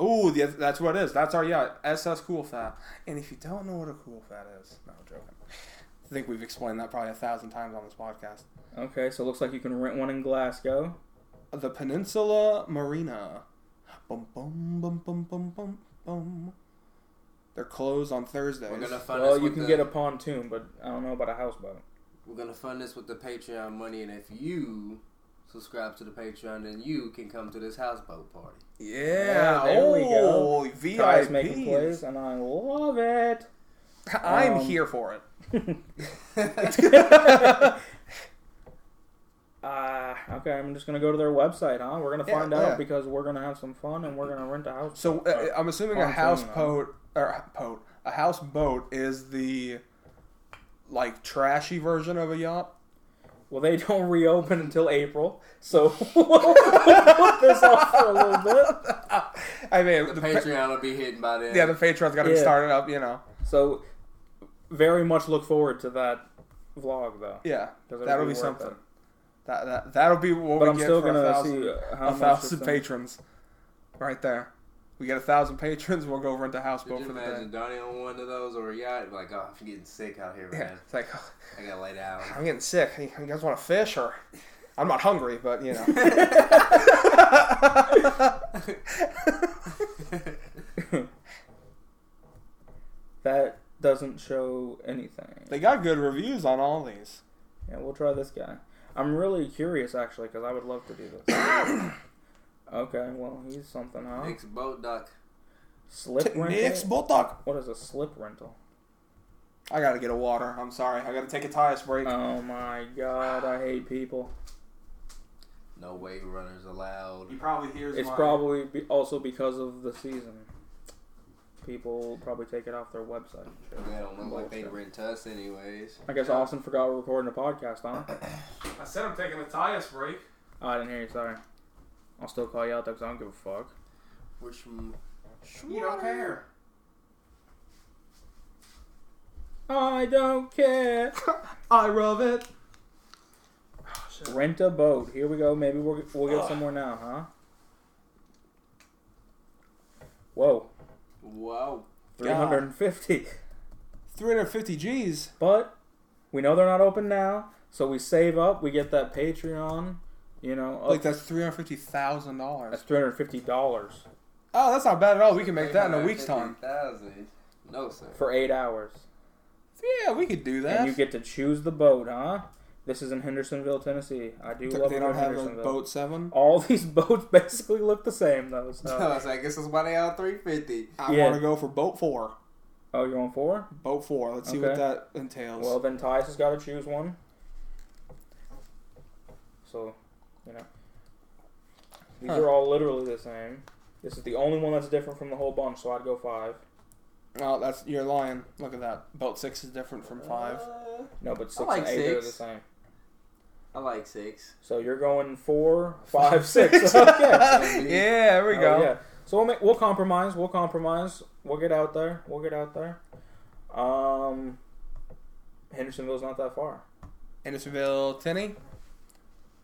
[SPEAKER 2] Ooh, the, that's what it is. That's our yeah SS cool fat. And if you don't know what a cool fat is, no I'm joking. I think we've explained that probably a thousand times on this podcast.
[SPEAKER 3] Okay, so it looks like you can rent one in Glasgow.
[SPEAKER 2] The Peninsula Marina. Bum bum bum bum bum bum bum. They're closed on Thursdays.
[SPEAKER 4] We're gonna fund
[SPEAKER 3] Well,
[SPEAKER 4] this
[SPEAKER 3] you
[SPEAKER 4] with
[SPEAKER 3] can
[SPEAKER 4] the,
[SPEAKER 3] get a pontoon, but I don't know about a houseboat.
[SPEAKER 4] We're gonna fund this with the Patreon money, and if you subscribe to the Patreon, then you can come to this houseboat party.
[SPEAKER 2] yeah.
[SPEAKER 3] Yeah, there we
[SPEAKER 2] oh,
[SPEAKER 3] go. Ty's making
[SPEAKER 2] VIP.
[SPEAKER 3] plays, and I love it.
[SPEAKER 2] I'm
[SPEAKER 3] Um,
[SPEAKER 2] here for it.
[SPEAKER 3] Uh, okay, I'm just gonna go to their website, huh? We're gonna
[SPEAKER 2] Yeah,
[SPEAKER 3] find
[SPEAKER 2] yeah.
[SPEAKER 3] out because we're gonna have some fun and we're gonna rent a house.
[SPEAKER 2] So uh, I'm assuming a
[SPEAKER 3] Pontoon,
[SPEAKER 2] houseboat or boat, a houseboat is the like trashy version of a yacht.
[SPEAKER 3] Well, they don't reopen until April, so we'll put this off for a little bit.
[SPEAKER 2] I mean,
[SPEAKER 4] The
[SPEAKER 2] the pa-
[SPEAKER 4] Patreon will be hidden by then.
[SPEAKER 2] yeah, the Patreon's got to be
[SPEAKER 3] Yeah.
[SPEAKER 2] started up. You know,
[SPEAKER 3] So, very much look forward to that vlog, though.
[SPEAKER 2] yeah,
[SPEAKER 3] Because it'll
[SPEAKER 2] that'll
[SPEAKER 3] be
[SPEAKER 2] be
[SPEAKER 3] worth
[SPEAKER 2] something.
[SPEAKER 3] it.
[SPEAKER 2] That that that'll be what
[SPEAKER 3] But
[SPEAKER 2] we
[SPEAKER 3] I'm
[SPEAKER 2] get
[SPEAKER 3] still
[SPEAKER 2] for a
[SPEAKER 3] gonna
[SPEAKER 2] thousand,
[SPEAKER 3] see how
[SPEAKER 2] a
[SPEAKER 3] much
[SPEAKER 2] thousand
[SPEAKER 3] it's gonna-
[SPEAKER 2] patrons, right there. We get a thousand patrons. We'll go rent a
[SPEAKER 4] Could
[SPEAKER 2] houseboat
[SPEAKER 4] you
[SPEAKER 2] for the
[SPEAKER 4] imagine
[SPEAKER 2] day.
[SPEAKER 4] Donnie on one of those or a yacht? Like, oh, I'm getting sick out here,
[SPEAKER 2] Yeah,
[SPEAKER 4] man.
[SPEAKER 2] it's like "Oh,
[SPEAKER 4] I gotta lay down.
[SPEAKER 2] I'm getting sick. Hey, You guys want to fish or? I'm not hungry, but you know.
[SPEAKER 3] That doesn't show anything.
[SPEAKER 2] They got good reviews on all these.
[SPEAKER 3] Yeah, we'll try this guy. I'm really curious, actually, because I would love to do this. okay, well, he's something, huh?
[SPEAKER 4] Nick's boat duck.
[SPEAKER 3] Slip rental.
[SPEAKER 2] Botox.
[SPEAKER 3] What is a slip rental?
[SPEAKER 2] I gotta get a water. I'm sorry. I gotta take a Tyus break.
[SPEAKER 3] Oh my god, I hate people.
[SPEAKER 4] No wave runners allowed.
[SPEAKER 2] he probably hears.
[SPEAKER 3] It's
[SPEAKER 2] my-
[SPEAKER 3] probably be also because of the season. People probably take it off their website.
[SPEAKER 4] They don't look like they
[SPEAKER 3] Bullshit.
[SPEAKER 4] rent us, anyways.
[SPEAKER 3] I guess Austin forgot we're recording a podcast, huh?
[SPEAKER 2] I said I'm taking a Tyus break.
[SPEAKER 3] Oh, I didn't hear you. Sorry. I'll still call you out though, 'cause I don't give a fuck.
[SPEAKER 4] Which from
[SPEAKER 2] You don't care.
[SPEAKER 3] I don't care.
[SPEAKER 2] I love it.
[SPEAKER 3] Rent a boat. Here we go. Maybe we'll we'll get somewhere now, huh? Whoa,
[SPEAKER 4] Whoa.
[SPEAKER 3] three hundred and fifty.
[SPEAKER 2] 350 G's.
[SPEAKER 3] But we know they're not open now, so we save up. We get that Patreon. You know, up
[SPEAKER 2] Like that's 350 thousand dollars.
[SPEAKER 3] That's three hundred fifty dollars
[SPEAKER 2] Oh, that's not bad at all. We can make that in a week's time.
[SPEAKER 4] 350,000. No, sir.
[SPEAKER 3] for eight hours,
[SPEAKER 2] Yeah, we could do that.
[SPEAKER 3] and you get to choose the boat, huh? This is in Hendersonville, Tennessee. I do love
[SPEAKER 2] they don't have a
[SPEAKER 3] Hendersonville.
[SPEAKER 2] boat seven.
[SPEAKER 3] All these boats basically look the same, though.
[SPEAKER 4] I
[SPEAKER 3] So.
[SPEAKER 4] was like, this is why they all 350.
[SPEAKER 2] I
[SPEAKER 3] Yeah.
[SPEAKER 2] want to go for boat four.
[SPEAKER 3] oh, you're on four?
[SPEAKER 2] Boat four. Let's see
[SPEAKER 3] Okay.
[SPEAKER 2] what that entails.
[SPEAKER 3] Well, then Tyus has got to choose one. So, you know, these
[SPEAKER 2] Huh.
[SPEAKER 3] are all literally the same. This is the only one that's different from the whole bunch, so I'd go five.
[SPEAKER 2] oh, that's you're lying. Look at that. Boat six is different from five.
[SPEAKER 4] Uh,
[SPEAKER 3] No, but six
[SPEAKER 4] like
[SPEAKER 3] and eight are the
[SPEAKER 4] six.
[SPEAKER 3] same.
[SPEAKER 4] I like six.
[SPEAKER 3] So you're going four, five, six. Okay.
[SPEAKER 2] yeah, there we go.
[SPEAKER 3] Oh, yeah. So we'll, make, we'll compromise. We'll compromise. We'll get out there. We'll get out there. Um, Hendersonville's not that far.
[SPEAKER 2] Hendersonville, Tenney.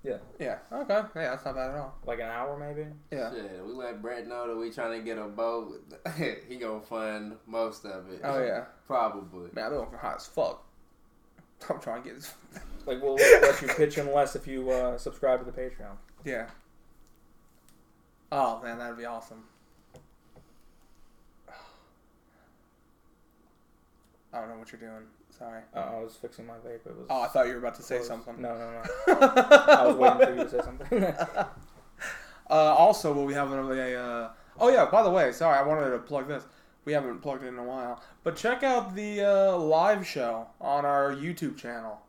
[SPEAKER 3] Yeah.
[SPEAKER 2] Yeah. Okay. Yeah, that's not bad at all.
[SPEAKER 3] Like an hour, maybe.
[SPEAKER 2] Yeah.
[SPEAKER 4] Shit, we let Brett know that we trying to get a boat. he gonna fund most of it.
[SPEAKER 2] Oh yeah.
[SPEAKER 4] Probably.
[SPEAKER 2] Man, I'm hot as fuck. I'm trying to get. This.
[SPEAKER 3] Like we'll let let you pitch in less if you uh, subscribe to the Patreon.
[SPEAKER 2] Yeah. Oh man, that'd be awesome. I don't know what you're doing. Sorry.
[SPEAKER 3] Uh, I was fixing my vape. It was.
[SPEAKER 2] Oh, I thought you were about to say
[SPEAKER 3] closed.
[SPEAKER 2] something.
[SPEAKER 3] No, no, no. I
[SPEAKER 2] I
[SPEAKER 3] was waiting for you to say something.
[SPEAKER 2] Uh, also, will we have another? Uh, oh yeah. By the way, sorry, I wanted to plug this. We haven't plugged it in a while, but check out the uh, live show on our YouTube channel.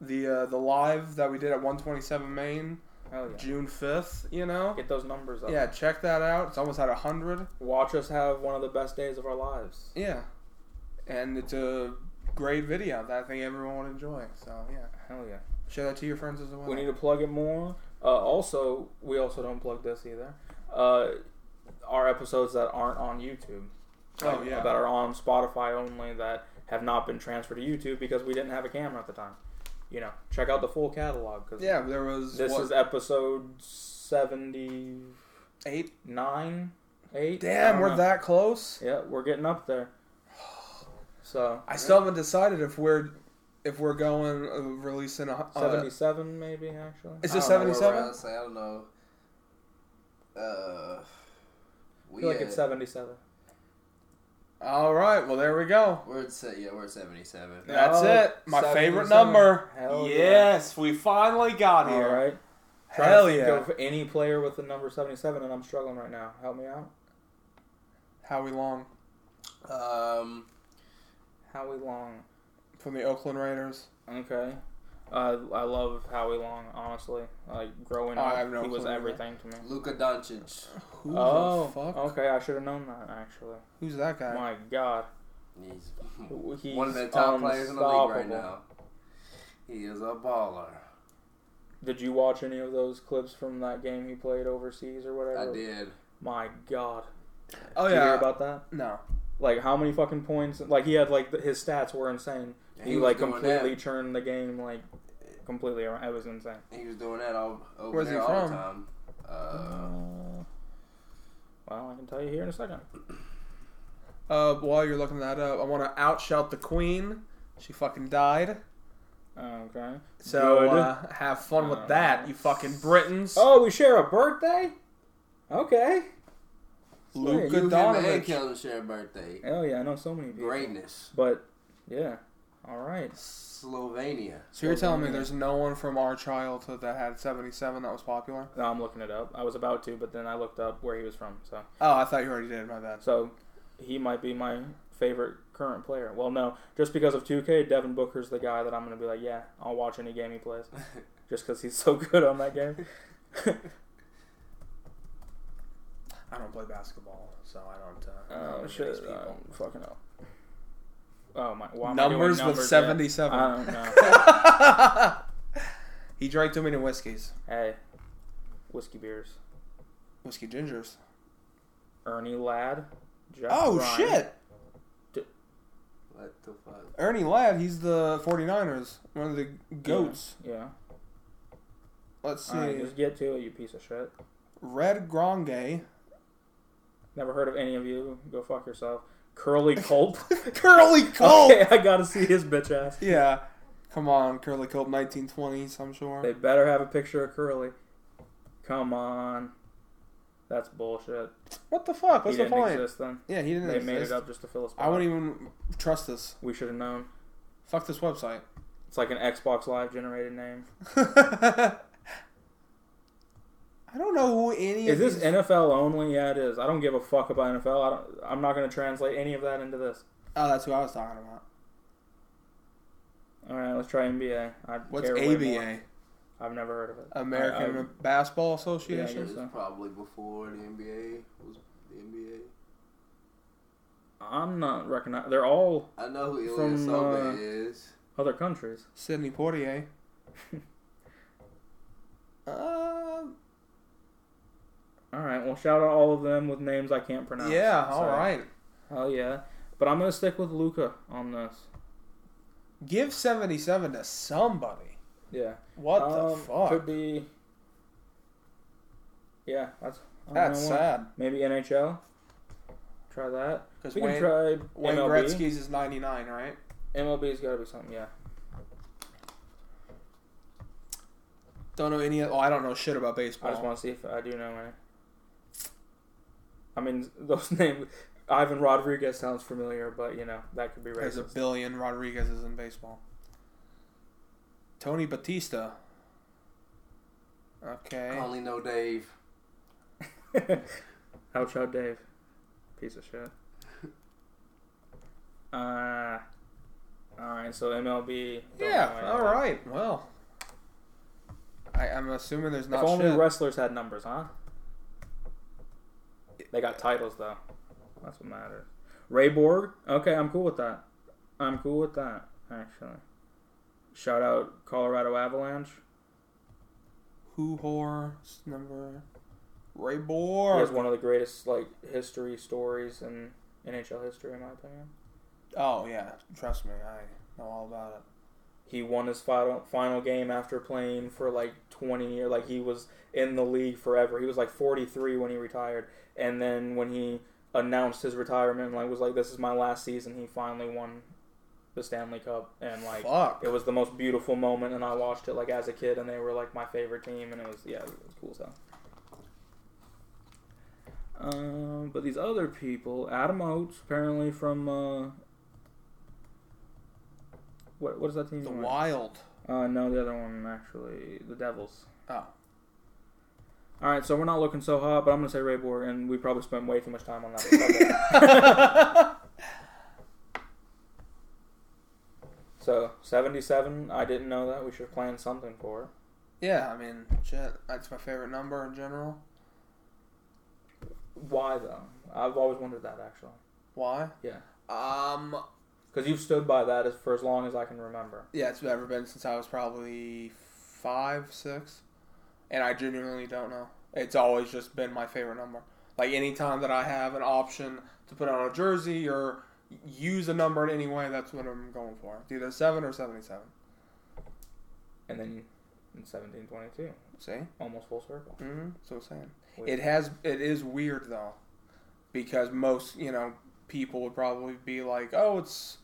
[SPEAKER 2] The uh, the live that we did at 127 Main,
[SPEAKER 3] Hell yeah.
[SPEAKER 2] June 5th. You know.
[SPEAKER 3] Get those numbers up.
[SPEAKER 2] Yeah, check that out. It's almost at 100.
[SPEAKER 3] Watch us have one of the best days of our lives.
[SPEAKER 2] Yeah, and it's a great video that I think everyone would enjoy. So yeah,
[SPEAKER 3] Hell yeah.
[SPEAKER 2] share that to your friends as well.
[SPEAKER 3] We need to plug it more. Uh, also, we also don't plug this either. Uh, our episodes that aren't on YouTube.
[SPEAKER 2] oh
[SPEAKER 3] like,
[SPEAKER 2] yeah.
[SPEAKER 3] That are on Spotify only that have not been transferred to YouTube because we didn't have a camera at the time. You know, check out the full catalog because
[SPEAKER 2] yeah, there was
[SPEAKER 3] this
[SPEAKER 2] what,
[SPEAKER 3] is episode 79,
[SPEAKER 2] eight.
[SPEAKER 3] 8. I
[SPEAKER 2] Damn,
[SPEAKER 3] don't
[SPEAKER 2] we're
[SPEAKER 3] know.
[SPEAKER 2] that close.
[SPEAKER 3] Yeah, we're getting up there. So,
[SPEAKER 2] I still haven't decided if we're if we're going uh, releasing a uh,
[SPEAKER 3] 77 maybe, actually.
[SPEAKER 2] Is
[SPEAKER 4] I
[SPEAKER 2] it
[SPEAKER 4] don't know where we're
[SPEAKER 2] 77?
[SPEAKER 4] at, so I don't know. Uh,
[SPEAKER 3] I
[SPEAKER 4] we
[SPEAKER 3] feel like
[SPEAKER 4] at-
[SPEAKER 3] it's 77.
[SPEAKER 2] All right, well there we go.
[SPEAKER 4] We're at se- yeah, we're at seventy-seven.
[SPEAKER 2] That's
[SPEAKER 3] Oh,
[SPEAKER 2] it. My favorite
[SPEAKER 3] 77.
[SPEAKER 2] number.
[SPEAKER 3] Hell yeah.
[SPEAKER 2] yes, we finally got
[SPEAKER 3] All
[SPEAKER 2] here.
[SPEAKER 3] right. Try to
[SPEAKER 2] Hell
[SPEAKER 3] think
[SPEAKER 2] yeah.
[SPEAKER 3] of any player with the number 77, and I'm struggling right now. Help me out.
[SPEAKER 2] Howie Long
[SPEAKER 4] Um,
[SPEAKER 3] Howie Long.
[SPEAKER 2] from the Oakland Raiders.
[SPEAKER 3] Okay. Uh, I love Howie Long, honestly. Like, growing
[SPEAKER 4] Oh,
[SPEAKER 2] I
[SPEAKER 3] up,
[SPEAKER 2] have no
[SPEAKER 3] he was
[SPEAKER 2] clue either.
[SPEAKER 3] everything to me.
[SPEAKER 4] Luka Doncic.
[SPEAKER 2] Who
[SPEAKER 3] oh,
[SPEAKER 2] the fuck?
[SPEAKER 3] okay. I should have known that, actually.
[SPEAKER 2] Who's that guy?
[SPEAKER 3] My God.
[SPEAKER 4] He's
[SPEAKER 3] He's
[SPEAKER 4] one of the top players in the league right
[SPEAKER 3] unstoppable.
[SPEAKER 4] now. He is a baller.
[SPEAKER 3] Did you watch any of those clips from that game he played overseas or whatever?
[SPEAKER 4] I did.
[SPEAKER 3] My God.
[SPEAKER 2] Oh
[SPEAKER 3] Did you hear
[SPEAKER 2] yeah.
[SPEAKER 3] about that?
[SPEAKER 2] no.
[SPEAKER 3] Like, how many fucking points? Like, he had, like, th- his stats were insane. He,
[SPEAKER 4] was
[SPEAKER 3] like,
[SPEAKER 4] doing
[SPEAKER 3] completely turned the game, like, completely around. It was insane.
[SPEAKER 4] That. He was doing that all over
[SPEAKER 2] Where's
[SPEAKER 4] there
[SPEAKER 2] he
[SPEAKER 4] all
[SPEAKER 2] from?
[SPEAKER 4] the time. Uh,
[SPEAKER 3] well, I can tell you here in a second.
[SPEAKER 2] Uh, while you're looking that up, I want to outshout the Queen. She fucking died.
[SPEAKER 3] Okay.
[SPEAKER 2] So
[SPEAKER 3] Good.
[SPEAKER 2] uh, have fun with that, you fucking Britons.
[SPEAKER 3] Oh, we share a birthday? Okay.
[SPEAKER 2] Luka
[SPEAKER 4] you, him, and
[SPEAKER 2] Doncic.
[SPEAKER 4] Kelvin share a birthday.
[SPEAKER 3] Hell yeah, I know so many people.
[SPEAKER 4] Greatness.
[SPEAKER 3] But, yeah. All right.
[SPEAKER 4] Slovenia.
[SPEAKER 2] So you're telling me there's no one from our childhood that had 77 that was popular?
[SPEAKER 3] Now I'm looking it up. I was about to, but then I looked up where he was from, so.
[SPEAKER 2] Oh, I thought you already did. My bad.
[SPEAKER 3] So he might be my favorite current player. Well, no, just because of 2K, Devin Booker's the guy that I'm going to be like, yeah, I'll watch any game he plays, just because he's so good on that game.
[SPEAKER 2] I don't play basketball, so I don't. Uh, know any
[SPEAKER 3] oh
[SPEAKER 2] of
[SPEAKER 3] shit!
[SPEAKER 2] these people.
[SPEAKER 3] um, fucking up. Oh my! Why am I doing
[SPEAKER 2] Numbers with
[SPEAKER 3] yeah?
[SPEAKER 2] 77.
[SPEAKER 3] I don't know.
[SPEAKER 2] He drank too many whiskeys.
[SPEAKER 3] hey, whiskey beers.
[SPEAKER 2] Whiskey gingers.
[SPEAKER 3] Ernie Ladd. Jeff
[SPEAKER 2] Oh
[SPEAKER 3] Ryan.
[SPEAKER 2] shit!
[SPEAKER 4] What the fuck?
[SPEAKER 2] Ernie Ladd, he's the 49ers, one of the goats.
[SPEAKER 3] Yeah.
[SPEAKER 2] Let's see.
[SPEAKER 3] All right, just get to it, you piece of shit.
[SPEAKER 2] Red Gronge.
[SPEAKER 3] Never heard of any of you. Go fuck yourself. Curly Colt.
[SPEAKER 2] Curly Colt.
[SPEAKER 3] okay, I gotta see his bitch ass.
[SPEAKER 2] Yeah. Come on, Curly Colt, 1920s, I'm
[SPEAKER 3] They
[SPEAKER 2] sure.
[SPEAKER 3] better have a picture of Curly. Come on. That's bullshit.
[SPEAKER 2] What the fuck?
[SPEAKER 3] He
[SPEAKER 2] What's the
[SPEAKER 3] didn't
[SPEAKER 2] point?
[SPEAKER 3] exist then.
[SPEAKER 2] Yeah, he didn't
[SPEAKER 3] They made
[SPEAKER 2] exist.
[SPEAKER 3] it up just to fill us.
[SPEAKER 2] I wouldn't even trust this.
[SPEAKER 3] We should have known.
[SPEAKER 2] Fuck this website.
[SPEAKER 3] It's like an Xbox Live generated name.
[SPEAKER 2] I don't know who any
[SPEAKER 3] Is
[SPEAKER 2] of
[SPEAKER 3] this
[SPEAKER 2] these-
[SPEAKER 3] NFL only? Yeah, it is. I don't give a fuck about NFL. I don't, I'm not going to translate any of that into this.
[SPEAKER 2] Oh, that's who I was talking about.
[SPEAKER 3] All right, let's try NBA. I
[SPEAKER 2] What's
[SPEAKER 3] care way more.
[SPEAKER 2] ABA?
[SPEAKER 3] I've never heard of it.
[SPEAKER 2] American
[SPEAKER 3] Uh, I- I-
[SPEAKER 2] Basketball
[SPEAKER 3] Yeah, I
[SPEAKER 4] It
[SPEAKER 2] Association?
[SPEAKER 4] was
[SPEAKER 3] guess so.
[SPEAKER 4] probably before the NBA was the NBA.
[SPEAKER 3] I'm not recognize. They're all
[SPEAKER 4] I know who Ilya
[SPEAKER 3] From,
[SPEAKER 4] Soba
[SPEAKER 3] uh,
[SPEAKER 4] is.
[SPEAKER 3] other countries.
[SPEAKER 2] Sydney Portier. uh,
[SPEAKER 3] All right, well, shout out all of them with names I can't pronounce.
[SPEAKER 2] Um, yeah,
[SPEAKER 3] So,
[SPEAKER 2] all right.
[SPEAKER 3] Hell yeah. But I'm going to stick with Luca on this.
[SPEAKER 2] Give 77 to somebody.
[SPEAKER 3] Yeah.
[SPEAKER 2] What the
[SPEAKER 3] Um,
[SPEAKER 2] fuck?
[SPEAKER 3] Could be. Yeah, that's. I don't
[SPEAKER 2] That's
[SPEAKER 3] know why.
[SPEAKER 2] sad.
[SPEAKER 3] Maybe NHL. Try that.
[SPEAKER 2] Because
[SPEAKER 3] We
[SPEAKER 2] Wayne,
[SPEAKER 3] can try
[SPEAKER 2] Wayne
[SPEAKER 3] MLB.
[SPEAKER 2] Gretzky's is 99, right?
[SPEAKER 3] MLB's got to be something. Yeah.
[SPEAKER 2] Don't know any. Oh, I don't know shit about
[SPEAKER 3] I
[SPEAKER 2] baseball.
[SPEAKER 3] just want to see if I do know any. I mean, those names. Ivan Rodriguez sounds familiar, but you know that could be
[SPEAKER 2] There's a
[SPEAKER 3] racist.
[SPEAKER 2] billion Rodriguez's in baseball. Tony Batista. Okay.
[SPEAKER 4] I
[SPEAKER 3] Oh,
[SPEAKER 4] only know Dave.
[SPEAKER 3] Ouch out, Dave. Piece of shit. Uh, all right. So MLB. don't know any
[SPEAKER 2] yeah.
[SPEAKER 3] of
[SPEAKER 2] All
[SPEAKER 3] that.
[SPEAKER 2] right. Well, I, I'm assuming there's not
[SPEAKER 3] if only
[SPEAKER 2] shit.
[SPEAKER 3] wrestlers had numbers, huh? They got titles though. That's what matters. Ray Borg. Okay, I'm cool with that. I'm cool with that. Actually, shout out Colorado Avalanche.
[SPEAKER 2] Who whore number? Ray
[SPEAKER 3] He has
[SPEAKER 2] Borg.
[SPEAKER 3] one of the greatest like history stories in NHL history, in my opinion.
[SPEAKER 2] Oh yeah. Trust me, I know all about it.
[SPEAKER 3] He won his final final game after playing for like 20 years. Like he was in the league forever. He was like 43 when he retired, and then when he announced his retirement, like was like, "This is my last season." He finally won the Stanley Cup, and like
[SPEAKER 2] Fuck.
[SPEAKER 3] it was the most beautiful moment. And I watched it like as a kid, and they were like my favorite team, and it was yeah, it was cool as hell. Um, but these other people, Adam Oates, apparently from uh, what what is that team?
[SPEAKER 2] The
[SPEAKER 3] from?
[SPEAKER 2] Wild.
[SPEAKER 3] Uh, no, the other one actually, the Devils.
[SPEAKER 2] Oh.
[SPEAKER 3] All right, so we're not looking so hot, but I'm gonna say Ray Borg, and we probably spent way too much time on that. so 77, I didn't know that. We should plan something for it.
[SPEAKER 2] Yeah, I mean, shit, that's my favorite number in general.
[SPEAKER 3] Why though? I've always wondered that actually,
[SPEAKER 2] Why?
[SPEAKER 3] Yeah.
[SPEAKER 2] Um,
[SPEAKER 3] because you've stood by that as for as long as I can remember.
[SPEAKER 2] yeah, it's ever been since I was probably five, six, and I genuinely don't know. It's always just been my favorite number. Like any time that I have an option to put on a jersey or use a number in any way, that's what I'm going for. It's either seven or seventy-seven.
[SPEAKER 3] And then in 1722,
[SPEAKER 2] See,
[SPEAKER 3] almost full circle.
[SPEAKER 2] mm-hmm. so I'm saying
[SPEAKER 3] Weird.
[SPEAKER 2] it has. It is weird though, because most you know people would probably be like, "Oh, it's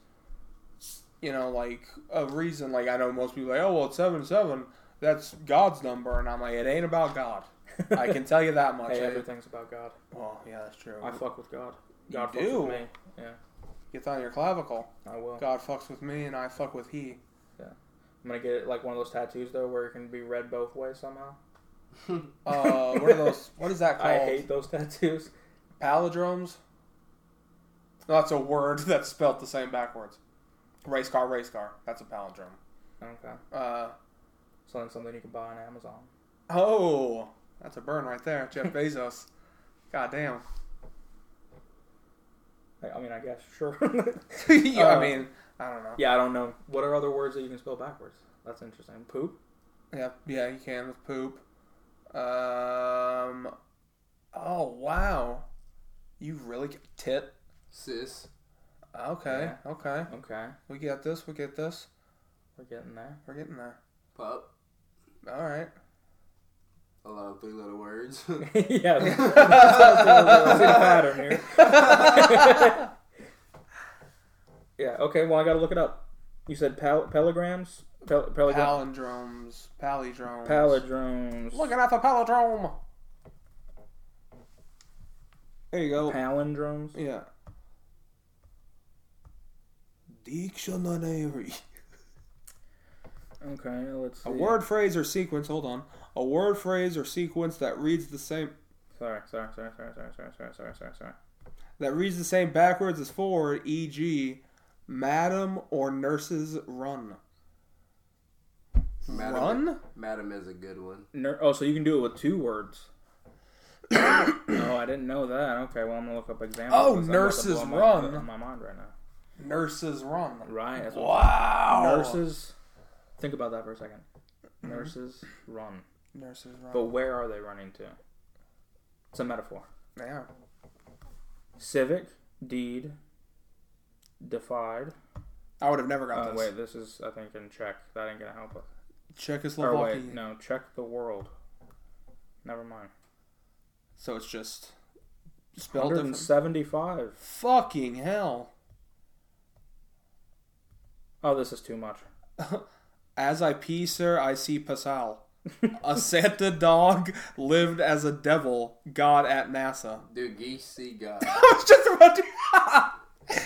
[SPEAKER 2] you know like a reason." Like I know most people are like, "Oh, well, it's seven seven. That's God's number," and I'm like, "It ain't about God. I can tell you that much."
[SPEAKER 3] Hey,
[SPEAKER 2] I-
[SPEAKER 3] everything's about God.
[SPEAKER 2] well, yeah, that's true.
[SPEAKER 3] I fuck with God.
[SPEAKER 2] You
[SPEAKER 3] God fucks
[SPEAKER 2] do?
[SPEAKER 3] with me. Yeah,
[SPEAKER 2] Gets on your clavicle.
[SPEAKER 3] I will.
[SPEAKER 2] God fucks with me, and I fuck with he.
[SPEAKER 3] I'm gonna get like one of those tattoos though, where it can be read both ways somehow.
[SPEAKER 2] Uh, what are those? What is that called?
[SPEAKER 3] I hate those tattoos.
[SPEAKER 2] Palindromes. No, that's a word that's spelt the same backwards. Race car, race car. That's a palindrome.
[SPEAKER 3] Okay,
[SPEAKER 2] Uh,
[SPEAKER 3] so then something you can buy on Amazon.
[SPEAKER 2] oh, that's a burn right there, Jeff Bezos. God damn.
[SPEAKER 3] I, I mean, I guess sure.
[SPEAKER 2] yeah,
[SPEAKER 3] Uh,
[SPEAKER 2] I mean, I don't know.
[SPEAKER 3] yeah, I don't know. What are other words that you can spell backwards? That's interesting. Poop.
[SPEAKER 2] Yeah, yeah, you can with poop. Um, oh wow, you really ca- tit.
[SPEAKER 4] Sis.
[SPEAKER 2] Okay, okay,
[SPEAKER 3] Okay,
[SPEAKER 2] we get this, we get this,
[SPEAKER 3] we're getting there.
[SPEAKER 2] we're getting there.
[SPEAKER 4] Pup.
[SPEAKER 2] All right.
[SPEAKER 4] A lot of three letter words.
[SPEAKER 3] yeah, that's- that's- that's a pattern here. yeah. Okay. Well, I gotta look it up. You said pal- pelagrams, pel- pelagrams,
[SPEAKER 2] Palindromes, palindromes.
[SPEAKER 3] palindromes.
[SPEAKER 2] Looking at the palindrome. There you go.
[SPEAKER 3] palindromes.
[SPEAKER 2] Yeah. Dictionary.
[SPEAKER 3] Okay, let's see.
[SPEAKER 2] A word phrase or sequence, hold on. A word phrase or sequence that reads the same
[SPEAKER 3] Sorry, sorry, sorry, sorry, sorry, sorry, sorry, sorry, sorry, sorry.
[SPEAKER 2] that reads the same backwards as forward, e.g. Madam or nurses run.
[SPEAKER 4] Madam,
[SPEAKER 2] Run?
[SPEAKER 4] Madam is a good one.
[SPEAKER 3] Ner- oh, so you can do it with two words. oh, I didn't know that. Okay, well I'm gonna look up examples.
[SPEAKER 2] Oh,
[SPEAKER 3] 'cause I'm about to
[SPEAKER 2] nurses
[SPEAKER 3] blow my-
[SPEAKER 2] run.
[SPEAKER 3] blow My mind right now.
[SPEAKER 2] Nurses run.
[SPEAKER 3] Right. That's what
[SPEAKER 2] Wow. Mm-hmm.
[SPEAKER 3] Nurses. Think about that for a 2nd Nurses run,
[SPEAKER 2] Nurses run.
[SPEAKER 3] but where are they running to? It's a metaphor.
[SPEAKER 2] They are.
[SPEAKER 3] Civic deed. Defied.
[SPEAKER 2] I would have never got
[SPEAKER 3] Oh
[SPEAKER 2] this.
[SPEAKER 3] wait, this is I think in Czech. That ain't gonna help us. Or
[SPEAKER 2] Czechoslovakia.
[SPEAKER 3] wait, no, check the world. Never mind.
[SPEAKER 2] So it's just spelled different.
[SPEAKER 3] 175.
[SPEAKER 2] Fucking hell.
[SPEAKER 3] Oh, this is too much.
[SPEAKER 2] As I pee, sir, I see Pascal. a Santa dog lived as a devil, God at NASA.
[SPEAKER 4] Dude, geese see God.
[SPEAKER 2] I was just about to.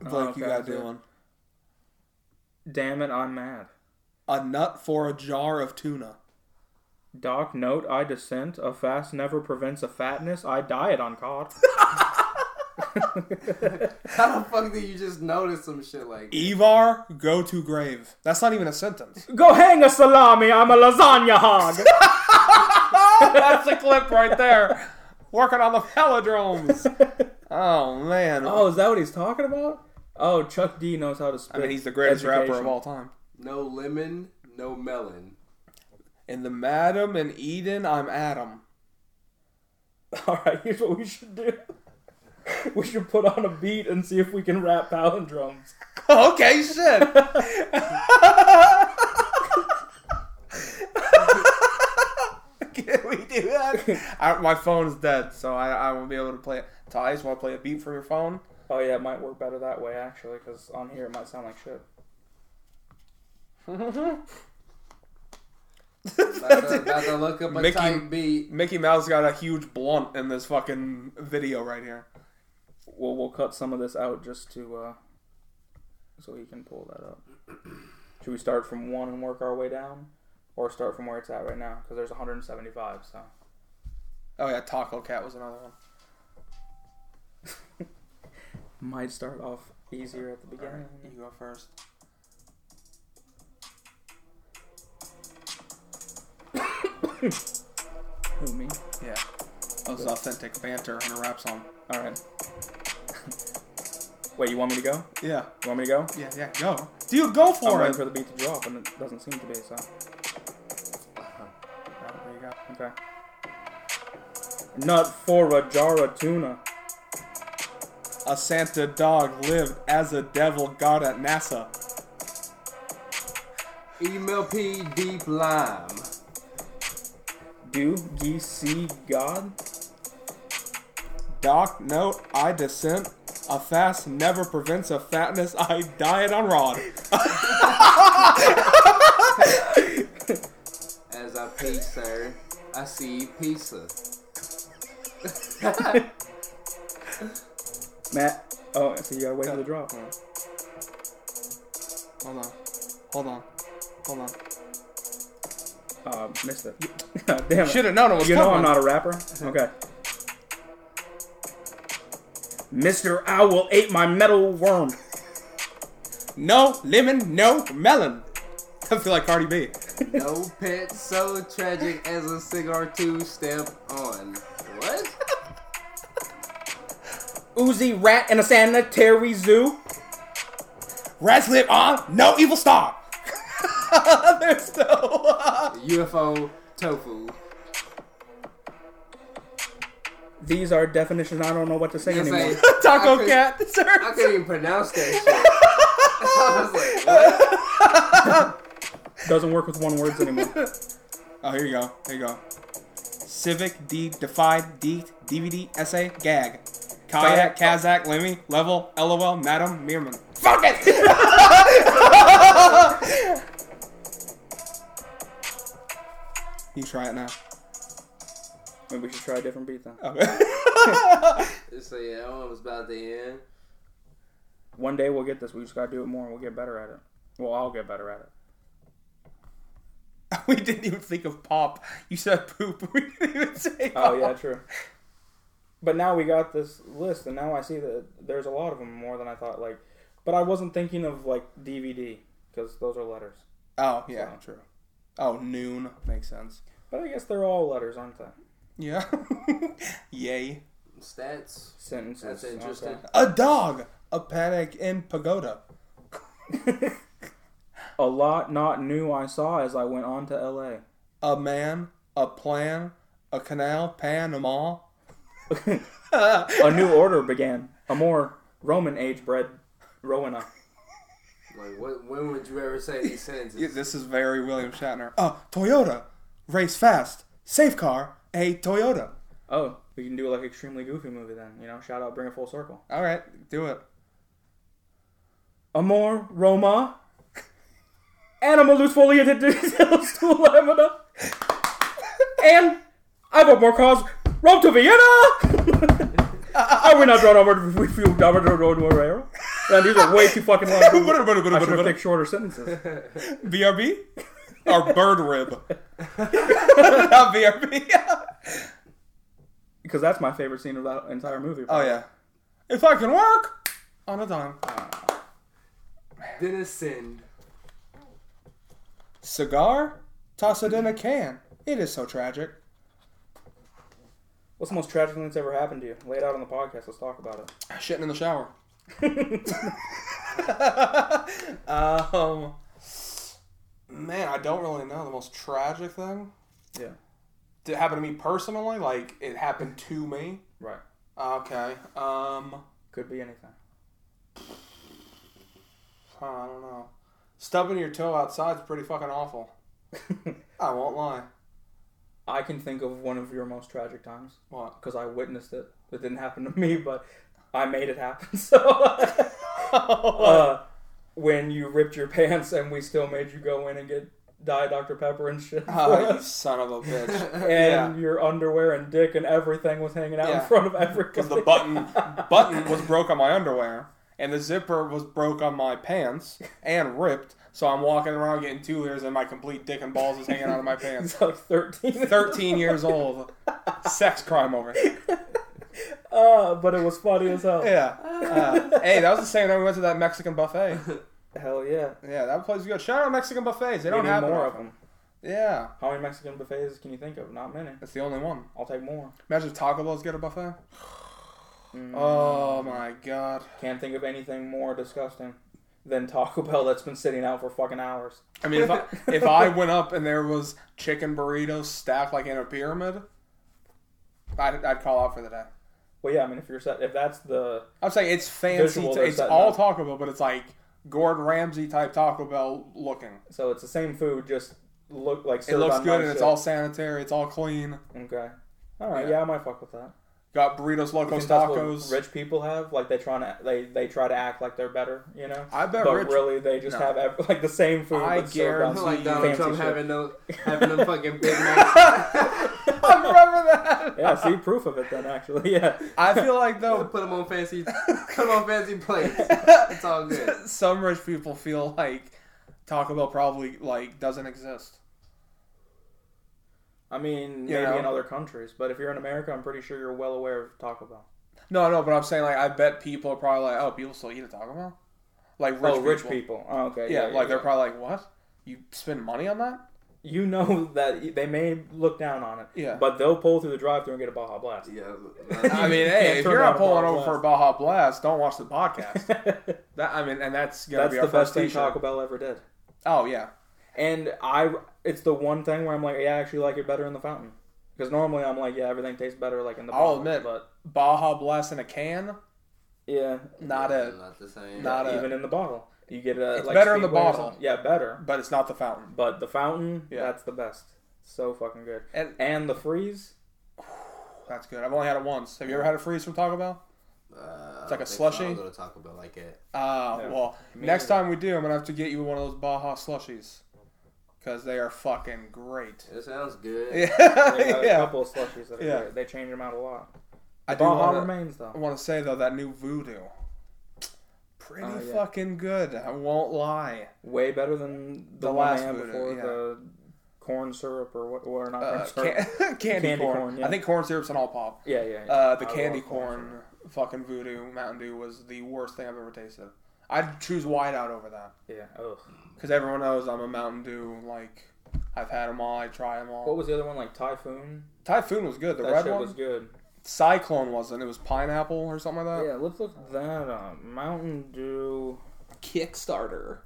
[SPEAKER 2] Blake,
[SPEAKER 3] Oh, okay,
[SPEAKER 2] you gotta
[SPEAKER 3] that's
[SPEAKER 2] do
[SPEAKER 3] it.
[SPEAKER 2] one.
[SPEAKER 3] Damn it, I'm mad.
[SPEAKER 2] A nut for a jar of tuna.
[SPEAKER 3] Doc, note, I dissent. A fast never prevents a fatness. I diet on cod.
[SPEAKER 4] How the fuck did you just notice some shit like
[SPEAKER 3] E-
[SPEAKER 4] that?
[SPEAKER 2] Evar, go to grave. That's not even a sentence.
[SPEAKER 3] Go hang a salami. I'm a lasagna hog.
[SPEAKER 2] That's a clip right there. Working on the palindromes. oh man.
[SPEAKER 3] oh, is that what he's talking about? Oh, Chuck D knows how to speak.
[SPEAKER 2] I mean, he's the greatest rapper of
[SPEAKER 3] education.
[SPEAKER 2] all time.
[SPEAKER 4] No lemon, no melon.
[SPEAKER 2] In the Madam and Eden, I'm Adam.
[SPEAKER 3] All right, here's what we should do. we should put on a beat and see if we can rap palindromes.
[SPEAKER 2] Oh, okay, shit. Can we do that? I, my phone is dead, so I, I won't be able to play it. Ty, just want to play a beat from your phone?
[SPEAKER 3] Oh yeah, it might work better that way actually, because on here it might sound like shit.
[SPEAKER 4] About to, about to look up a
[SPEAKER 2] Mickey-
[SPEAKER 4] type beat.
[SPEAKER 2] Mickey Mouse got a huge blunt in this fucking video right here.
[SPEAKER 3] We'll we'll cut some of this out just to uh, so he can pull that up. Should we start from one and work our way down, or start from where it's at right now? Because there's 175. So
[SPEAKER 2] Oh yeah, Taco Cat was another one.
[SPEAKER 3] might start off easier at the beginning.
[SPEAKER 2] You go first.
[SPEAKER 3] Who me?
[SPEAKER 2] Yeah. That was authentic banter in a rap song.
[SPEAKER 3] All right. Wait, you want me to go?
[SPEAKER 2] Yeah.
[SPEAKER 3] You want me to go?
[SPEAKER 2] Yeah, yeah, go. Dude, go
[SPEAKER 3] I'm
[SPEAKER 2] for
[SPEAKER 3] waiting
[SPEAKER 2] it.
[SPEAKER 3] for the beat to drop, and it doesn't seem to be. So
[SPEAKER 2] Oh, there you go.
[SPEAKER 3] okay. Nut for a jar of tuna.
[SPEAKER 2] A Santa dog lived as a devil god at NASA.
[SPEAKER 4] Email P Deep Lime.
[SPEAKER 3] Do ye see God?
[SPEAKER 2] Doc, note, I dissent. A fast never prevents a fatness. I diet on rod.
[SPEAKER 4] As I peace, sir, I see pizza.
[SPEAKER 3] Matt. Oh, so you gotta wait for the drop.
[SPEAKER 2] Hold on. Hold on. Hold on.
[SPEAKER 3] Uh, missed it. Damn it.
[SPEAKER 2] Should've known it was
[SPEAKER 3] You know I'm
[SPEAKER 2] coming. Uh-huh.
[SPEAKER 3] not a rapper. Okay. Mr. Owl ate my metal worm.
[SPEAKER 2] No lemon, no melon. I feel like Cardi B.
[SPEAKER 4] No pet so tragic as a cigar two step on. What?
[SPEAKER 3] Uzi rat in a sanitary zoo.
[SPEAKER 2] Rats live on uh, no evil star. There's no. uh,
[SPEAKER 4] UFO tofu.
[SPEAKER 3] These are definitions I don't know what to say
[SPEAKER 4] Yes, I-
[SPEAKER 3] anymore.
[SPEAKER 4] I
[SPEAKER 2] Taco
[SPEAKER 4] could-
[SPEAKER 2] Cat.
[SPEAKER 4] I
[SPEAKER 2] Sir.
[SPEAKER 4] couldn't even pronounce that shit. I was like, what?
[SPEAKER 3] Doesn't work with one words anymore.
[SPEAKER 2] Oh, here you go. Here you go. Civic, D, Defied, D, DVD, Essay, Gag. Kayak, Kazakh, Lemmy, Level, LOL, Madam, Meerman. Fuck it! you try it now.
[SPEAKER 3] Maybe we should try a different beat then.
[SPEAKER 2] Okay.
[SPEAKER 4] So yeah, that one was about the end.
[SPEAKER 3] One day we'll get this. We just gotta do it more and we'll get better at it. Well, I'll get better at it.
[SPEAKER 2] we didn't even think of pop. You said poop. We didn't even say pop.
[SPEAKER 3] Oh yeah, true. But now we got this list, and now I see that there's a lot of them more than I thought. Like, but I wasn't thinking of like DVD because those are letters.
[SPEAKER 2] Oh, yeah, true. Oh, noon. Makes sense.
[SPEAKER 3] But I guess they're all letters, aren't they?
[SPEAKER 2] Yeah. Yay.
[SPEAKER 4] Stats.
[SPEAKER 3] Sentences.
[SPEAKER 4] That's interesting.
[SPEAKER 2] A dog. A panic in pagoda.
[SPEAKER 3] okay. a lot not new I saw as I went on to LA.
[SPEAKER 2] a man, a plan, a canal, Panama.
[SPEAKER 3] A new order began. A more Roman age bred Rowena.
[SPEAKER 4] Like, what, when would you ever say these sentences?
[SPEAKER 2] this is very William Shatner. A Toyota, race fast, safe car, a Toyota.
[SPEAKER 3] Oh, we can do like extremely goofy movie then. You know, shout out, bring it full circle.
[SPEAKER 2] All right, do it.
[SPEAKER 3] Amor, Roma, animal loose foliated details to lamina, and I bought more cars, Rome to Vienna! I would not drawn over with you, Robert Road Morero. These are way too fucking long. I should have picked shorter sentences.
[SPEAKER 2] BRB or bird rib? Not BRB.
[SPEAKER 3] Because that's my favorite scene of that entire movie.
[SPEAKER 2] oh yeah. If I can work on a dime.
[SPEAKER 4] Venison.
[SPEAKER 2] Cigar, toss it in a can. It is so tragic.
[SPEAKER 3] What's the most tragic thing that's ever happened to you? Lay it out on the podcast. Let's talk about it.
[SPEAKER 2] Shitting in the shower. um, man, I don't really know the most tragic thing.
[SPEAKER 3] yeah.
[SPEAKER 2] Did it happen to me personally? Like it happened to me.
[SPEAKER 3] Right.
[SPEAKER 2] Okay. Um,
[SPEAKER 3] Could be anything.
[SPEAKER 2] huh, I don't know. Stubbing your toe outside's pretty fucking awful. I won't lie.
[SPEAKER 3] I can think of one of your most tragic times.
[SPEAKER 2] What?
[SPEAKER 3] because I witnessed it. It didn't happen to me, but I made it happen. So, uh, when you ripped your pants and we still made you go in and get Diet Dr Pepper and shit.
[SPEAKER 5] Oh,
[SPEAKER 2] Ah,
[SPEAKER 3] for
[SPEAKER 5] you
[SPEAKER 3] us.
[SPEAKER 5] son of a bitch.
[SPEAKER 3] and your underwear and dick and everything was hanging out
[SPEAKER 5] Yeah.
[SPEAKER 3] in front of everybody.
[SPEAKER 2] because the button button was broke on my underwear and the zipper was broke on my pants and ripped. So I'm walking around getting two ears and my complete dick and balls is hanging out of my pants.
[SPEAKER 3] It's like thirteen.
[SPEAKER 2] 13 years old, sex crime over. here.
[SPEAKER 3] Uh, but it was funny as hell.
[SPEAKER 2] Yeah. Uh, hey, that was the same time we went to that Mexican buffet.
[SPEAKER 3] Hell yeah.
[SPEAKER 2] Yeah, that place is good. Shout out Mexican buffets. They
[SPEAKER 3] We
[SPEAKER 2] don't
[SPEAKER 3] need
[SPEAKER 2] have
[SPEAKER 3] more
[SPEAKER 2] more
[SPEAKER 3] of them.
[SPEAKER 2] Yeah,
[SPEAKER 3] How many Mexican buffets can you think of? Not many.
[SPEAKER 2] that's the only one.
[SPEAKER 3] I'll take more.
[SPEAKER 2] Imagine if Taco Bell's get a buffet.
[SPEAKER 3] Mm.
[SPEAKER 2] Oh my god.
[SPEAKER 3] Can't think of anything more disgusting than Taco Bell that's been sitting out for fucking hours.
[SPEAKER 2] I mean, if I, if I went up and there was chicken burritos stacked like in a pyramid, I'd, I'd call out for the day.
[SPEAKER 3] Well, yeah, I mean, if you're set, if that's the
[SPEAKER 2] I'm saying it's fancy.
[SPEAKER 3] Visual,
[SPEAKER 2] ta-
[SPEAKER 3] they're
[SPEAKER 2] it's
[SPEAKER 3] setting
[SPEAKER 2] all
[SPEAKER 3] up.
[SPEAKER 2] Taco Bell, but it's like Gordon Ramsay type Taco Bell looking.
[SPEAKER 3] so, it's the same food, just look like
[SPEAKER 2] It
[SPEAKER 3] served
[SPEAKER 2] looks
[SPEAKER 3] on
[SPEAKER 2] good
[SPEAKER 3] nice
[SPEAKER 2] and it's
[SPEAKER 3] shit.
[SPEAKER 2] all sanitary. It's all clean.
[SPEAKER 3] okay. All right,
[SPEAKER 2] Yeah.
[SPEAKER 3] yeah. I might fuck with that.
[SPEAKER 2] Got burritos,
[SPEAKER 3] You
[SPEAKER 2] locos,
[SPEAKER 3] think that's what
[SPEAKER 2] tacos.
[SPEAKER 3] rich people have like they try to they they try to act like they're better, you know.
[SPEAKER 2] I bet
[SPEAKER 3] But
[SPEAKER 2] rich.
[SPEAKER 3] really, they just
[SPEAKER 2] No.
[SPEAKER 3] have ev- like the same food.
[SPEAKER 2] I
[SPEAKER 3] but served on
[SPEAKER 2] guarantee-
[SPEAKER 4] like
[SPEAKER 3] some
[SPEAKER 4] Donald
[SPEAKER 3] fancy
[SPEAKER 4] Trump
[SPEAKER 3] shit.
[SPEAKER 4] having no having them fucking Big Macs.
[SPEAKER 2] I remember that.
[SPEAKER 3] yeah, see proof of it then. Actually, yeah.
[SPEAKER 2] I feel like though
[SPEAKER 4] Put them on fancy, put them on fancy plates. It's all good.
[SPEAKER 2] some rich people feel like Taco Bell probably like doesn't exist.
[SPEAKER 3] I mean,
[SPEAKER 2] You
[SPEAKER 3] maybe
[SPEAKER 2] know.
[SPEAKER 3] in other countries, but if you're in America, I'm pretty sure you're well aware of Taco Bell.
[SPEAKER 2] No, no, but I'm saying like I bet people are probably like, oh, people still eat at Taco Bell. Like rich
[SPEAKER 3] oh,
[SPEAKER 2] people.
[SPEAKER 3] rich people. Oh, okay.
[SPEAKER 2] Yeah, like they're
[SPEAKER 3] yeah.
[SPEAKER 2] probably like, what? You spend money on that?
[SPEAKER 3] you know that they may look down on it.
[SPEAKER 2] Yeah.
[SPEAKER 3] But they'll pull through the drive-through and get a Baja Blast.
[SPEAKER 4] Yeah,
[SPEAKER 2] I mean, hey, if
[SPEAKER 3] turn
[SPEAKER 2] you're
[SPEAKER 3] down
[SPEAKER 2] not
[SPEAKER 3] a
[SPEAKER 2] pulling
[SPEAKER 3] Baja
[SPEAKER 2] over for a Baja Blast, don't watch the podcast.
[SPEAKER 3] That's
[SPEAKER 2] that I mean, and that's gonna be our
[SPEAKER 3] the best
[SPEAKER 2] first
[SPEAKER 3] thing
[SPEAKER 2] t
[SPEAKER 3] Taco Bell ever did.
[SPEAKER 2] Oh yeah,
[SPEAKER 3] And I, it's the one thing where I'm like, yeah, I actually like it better in the fountain. Because normally I'm like, yeah, everything tastes better like in the.
[SPEAKER 2] I'll
[SPEAKER 3] bottle,
[SPEAKER 2] admit.
[SPEAKER 3] but
[SPEAKER 2] Baja Blast in a can,
[SPEAKER 3] yeah,
[SPEAKER 2] not a,
[SPEAKER 4] not the same. Uh,
[SPEAKER 2] not a,
[SPEAKER 3] even in the bottle, you get a.
[SPEAKER 2] It's
[SPEAKER 3] like,
[SPEAKER 2] better in the
[SPEAKER 3] Speedway or
[SPEAKER 2] bottle.
[SPEAKER 3] something. Yeah, better.
[SPEAKER 2] but it's not the fountain.
[SPEAKER 3] But the fountain,
[SPEAKER 2] Yeah.
[SPEAKER 3] that's the best. So fucking good.
[SPEAKER 2] And
[SPEAKER 3] And the freeze,
[SPEAKER 2] that's good. I've only had it once. Have you ever had a freeze from Taco Bell?
[SPEAKER 4] Uh,
[SPEAKER 2] It's like a
[SPEAKER 4] I don't think so.
[SPEAKER 2] slushy.
[SPEAKER 4] I'll go to Taco Bell like it.
[SPEAKER 2] Ah,
[SPEAKER 3] No.
[SPEAKER 2] well,
[SPEAKER 3] Me
[SPEAKER 2] next
[SPEAKER 3] neither.
[SPEAKER 2] time we do, I'm gonna have to get you one of those Baja slushies because they are fucking great.
[SPEAKER 4] It sounds good.
[SPEAKER 2] Yeah,
[SPEAKER 3] they got a
[SPEAKER 2] yeah.
[SPEAKER 3] couple of slushies that are
[SPEAKER 2] Yeah.
[SPEAKER 3] great. They change them out a lot.
[SPEAKER 2] I do
[SPEAKER 3] Baja
[SPEAKER 2] want
[SPEAKER 3] remains though.
[SPEAKER 2] to want to say though that new Voodoo, pretty
[SPEAKER 3] Oh, yeah.
[SPEAKER 2] fucking good. I won't lie.
[SPEAKER 3] Way better than the,
[SPEAKER 2] The
[SPEAKER 3] one
[SPEAKER 2] last
[SPEAKER 3] I had
[SPEAKER 2] voodoo,
[SPEAKER 3] before
[SPEAKER 2] yeah.
[SPEAKER 3] the corn syrup or what? Or not
[SPEAKER 2] Uh,
[SPEAKER 3] corn syrup.
[SPEAKER 2] can- candy,
[SPEAKER 3] Candy
[SPEAKER 2] corn.
[SPEAKER 3] corn, yeah.
[SPEAKER 2] I think corn syrup's an all pop.
[SPEAKER 3] yeah, yeah. yeah.
[SPEAKER 2] Uh, the
[SPEAKER 3] I love
[SPEAKER 2] candy
[SPEAKER 3] corn
[SPEAKER 2] corn, fucking voodoo Mountain Dew was the worst thing I've ever tasted. I'd choose whiteout over that
[SPEAKER 3] yeah. Ugh.
[SPEAKER 2] because everyone knows I'm a Mountain Dew. Like I've had them all, I try them all.
[SPEAKER 3] What was the other one? Like Typhoon.
[SPEAKER 2] Typhoon was good. The
[SPEAKER 3] that
[SPEAKER 2] red
[SPEAKER 3] shit
[SPEAKER 2] one,
[SPEAKER 3] was good.
[SPEAKER 2] Cyclone wasn't. It was pineapple or something like that.
[SPEAKER 3] yeah, let's look that up. Mountain Dew.
[SPEAKER 5] Kickstarter.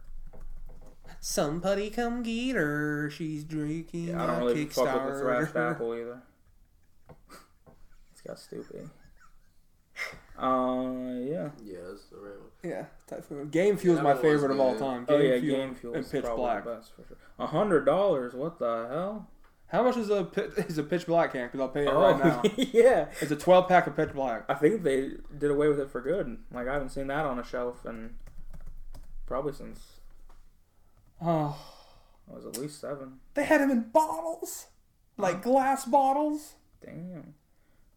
[SPEAKER 2] Somebody come get her. She's drinking.
[SPEAKER 3] I don't really fuck with the thrashed apple either. It's got stupid. Uh, yeah.
[SPEAKER 4] Yeah, that's the right one.
[SPEAKER 2] Yeah, Typhoon. Game Fuel's
[SPEAKER 4] Yeah,
[SPEAKER 2] my
[SPEAKER 4] that one was
[SPEAKER 2] favorite of all
[SPEAKER 4] good.
[SPEAKER 2] time. Game
[SPEAKER 3] Oh yeah,
[SPEAKER 2] Fuel
[SPEAKER 3] Game Fuel
[SPEAKER 2] and
[SPEAKER 3] is
[SPEAKER 2] Pitch
[SPEAKER 3] probably
[SPEAKER 2] Black.
[SPEAKER 3] the best for sure. A hundred dollars. What the hell?
[SPEAKER 2] How much is a Pit- is a Pitch Black can? Because I'll pay it right now.
[SPEAKER 3] Oh, yeah.
[SPEAKER 2] It's a 12 pack of Pitch Black.
[SPEAKER 3] I think they did away with it for good. Like I haven't seen that on a shelf and probably since
[SPEAKER 2] Oh.
[SPEAKER 3] I was at least seven.
[SPEAKER 2] They had them in bottles, like glass bottles.
[SPEAKER 3] Damn.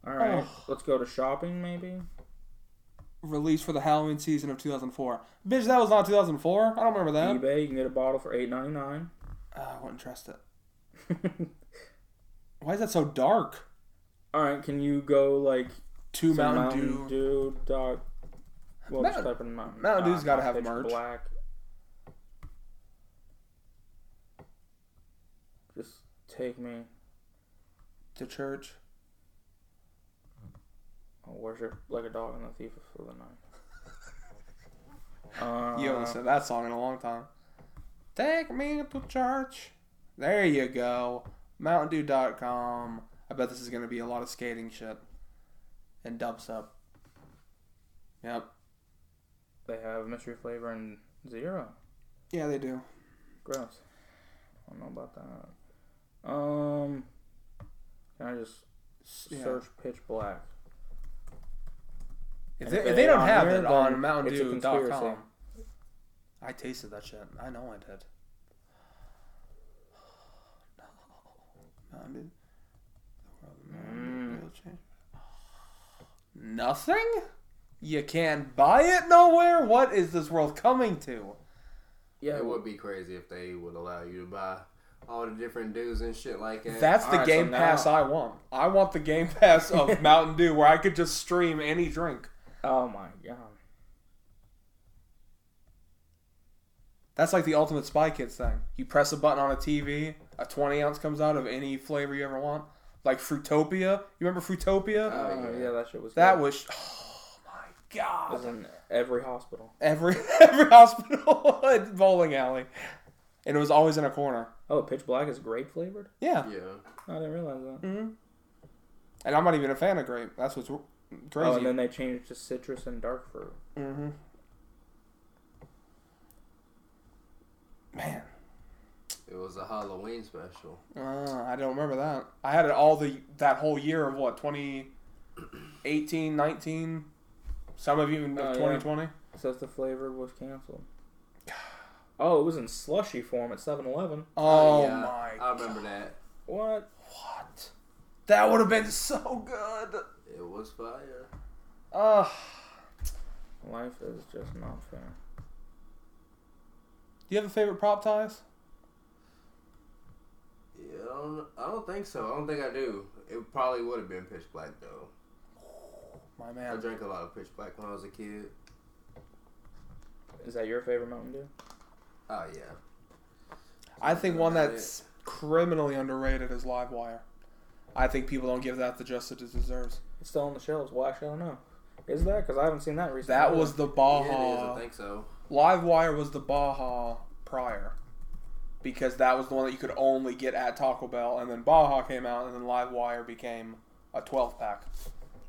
[SPEAKER 3] All right,
[SPEAKER 2] Oh.
[SPEAKER 3] let's go to shopping maybe.
[SPEAKER 2] Released for the Halloween season of 2004. Bitch, that was not 2004. I don't remember that.
[SPEAKER 3] eBay, you can get a bottle for eight ninety nine.
[SPEAKER 2] Ah, I wouldn't trust it. Why is that so dark?
[SPEAKER 3] All right, can you go like
[SPEAKER 2] Two
[SPEAKER 3] to
[SPEAKER 2] Mountain, Dew.
[SPEAKER 3] Dew dot? Well, just
[SPEAKER 2] Mountain-
[SPEAKER 3] type in Mountain.
[SPEAKER 2] Mountain Dew's
[SPEAKER 3] Ah,
[SPEAKER 2] gotta have
[SPEAKER 3] Pitch
[SPEAKER 2] merch.
[SPEAKER 3] Black. Just take me.
[SPEAKER 2] to church.
[SPEAKER 3] I'll worship like a dog and the thief for the night. Uh,
[SPEAKER 2] You haven't said that song in a long time. Take me to church. There you go. MountainDew.com. I bet this is going to be a lot of skating shit. And dubs up. Yep.
[SPEAKER 3] They have mystery flavor and zero.
[SPEAKER 2] Yeah, they do.
[SPEAKER 3] Gross. I don't know about that. Um, can I just s-
[SPEAKER 2] Yeah.
[SPEAKER 3] search pitch black?
[SPEAKER 2] If
[SPEAKER 3] And
[SPEAKER 2] they,
[SPEAKER 3] if
[SPEAKER 2] if
[SPEAKER 3] it
[SPEAKER 2] they
[SPEAKER 3] ain't
[SPEAKER 2] don't
[SPEAKER 3] on
[SPEAKER 2] have
[SPEAKER 3] there,
[SPEAKER 2] it
[SPEAKER 3] then
[SPEAKER 2] on
[SPEAKER 3] it's a conspiracy.
[SPEAKER 2] MountainDew.com, I tasted that shit. I know I did.
[SPEAKER 1] minded. The world of
[SPEAKER 2] Mm.
[SPEAKER 1] mind
[SPEAKER 3] Mm,
[SPEAKER 1] will change.
[SPEAKER 2] Hmm. Nothing? You can't buy it nowhere? What is this world coming to?
[SPEAKER 3] Yeah,
[SPEAKER 4] It would be crazy if they would allow you to buy all the different dudes and shit like that.
[SPEAKER 2] That's the
[SPEAKER 3] Alright, so
[SPEAKER 2] Game
[SPEAKER 3] now-
[SPEAKER 2] Pass I want. I want the Game Pass of Mountain Dew where I could just stream any drink.
[SPEAKER 3] Oh my god.
[SPEAKER 2] That's like the ultimate Spy Kids thing. You press a button on a TV, a 20 ounce comes out of any flavor you ever want. Like Fruitopia. You remember Fruitopia?
[SPEAKER 4] Oh,
[SPEAKER 3] Oh,
[SPEAKER 4] yeah.
[SPEAKER 3] yeah, that shit was.
[SPEAKER 2] Uh, that
[SPEAKER 3] good.
[SPEAKER 2] was. Oh my
[SPEAKER 3] It was
[SPEAKER 2] god.
[SPEAKER 3] in every hospital.
[SPEAKER 2] Every, every hospital and bowling alley. And it was always in a corner.
[SPEAKER 3] Oh, pitch black is grape flavored.
[SPEAKER 2] Yeah.
[SPEAKER 4] Yeah.
[SPEAKER 3] I didn't realize that.
[SPEAKER 2] Mm-hmm. And I'm not even a fan of grape. That's what's w-
[SPEAKER 3] Oh, and
[SPEAKER 2] crazy.
[SPEAKER 3] then they changed to citrus and dark fruit.
[SPEAKER 2] hmm Man.
[SPEAKER 4] It was a Halloween special.
[SPEAKER 2] Uh, I don't remember that. I had it all the that whole year of what 2018, 19. Some of you even
[SPEAKER 3] Oh, yeah.
[SPEAKER 2] 2020.
[SPEAKER 3] It says the flavor was canceled. Oh, it was in slushy form at 7-Eleven.
[SPEAKER 2] Oh
[SPEAKER 4] yeah.
[SPEAKER 2] my!
[SPEAKER 4] I remember that.
[SPEAKER 3] What?
[SPEAKER 2] What? That would have been so good.
[SPEAKER 4] It was fire.
[SPEAKER 2] Ugh.
[SPEAKER 3] Life is just not fair.
[SPEAKER 2] do you have a favorite prop ties?
[SPEAKER 4] Yeah, I don't, I don't think so. I don't think I do. It probably would have been pitch black though.
[SPEAKER 2] My
[SPEAKER 4] I
[SPEAKER 2] man.
[SPEAKER 4] drank a lot of pitch black when I was a kid.
[SPEAKER 3] Is that your favorite Mountain Dew?
[SPEAKER 4] Oh yeah.
[SPEAKER 2] I think one
[SPEAKER 4] About
[SPEAKER 2] that's criminally underrated is Livewire. I think people don't give that the justice it deserves.
[SPEAKER 3] It's still on the shelves. Why? I don't know. Is that? Because I haven't seen that recently.
[SPEAKER 2] That was the
[SPEAKER 4] it. Yeah, it is.
[SPEAKER 2] Baja.
[SPEAKER 4] I think so.
[SPEAKER 2] Livewire was the Baja prior because that was the one that you could only get at Taco Bell, and then Baja came out, and then Livewire became a 12 pack.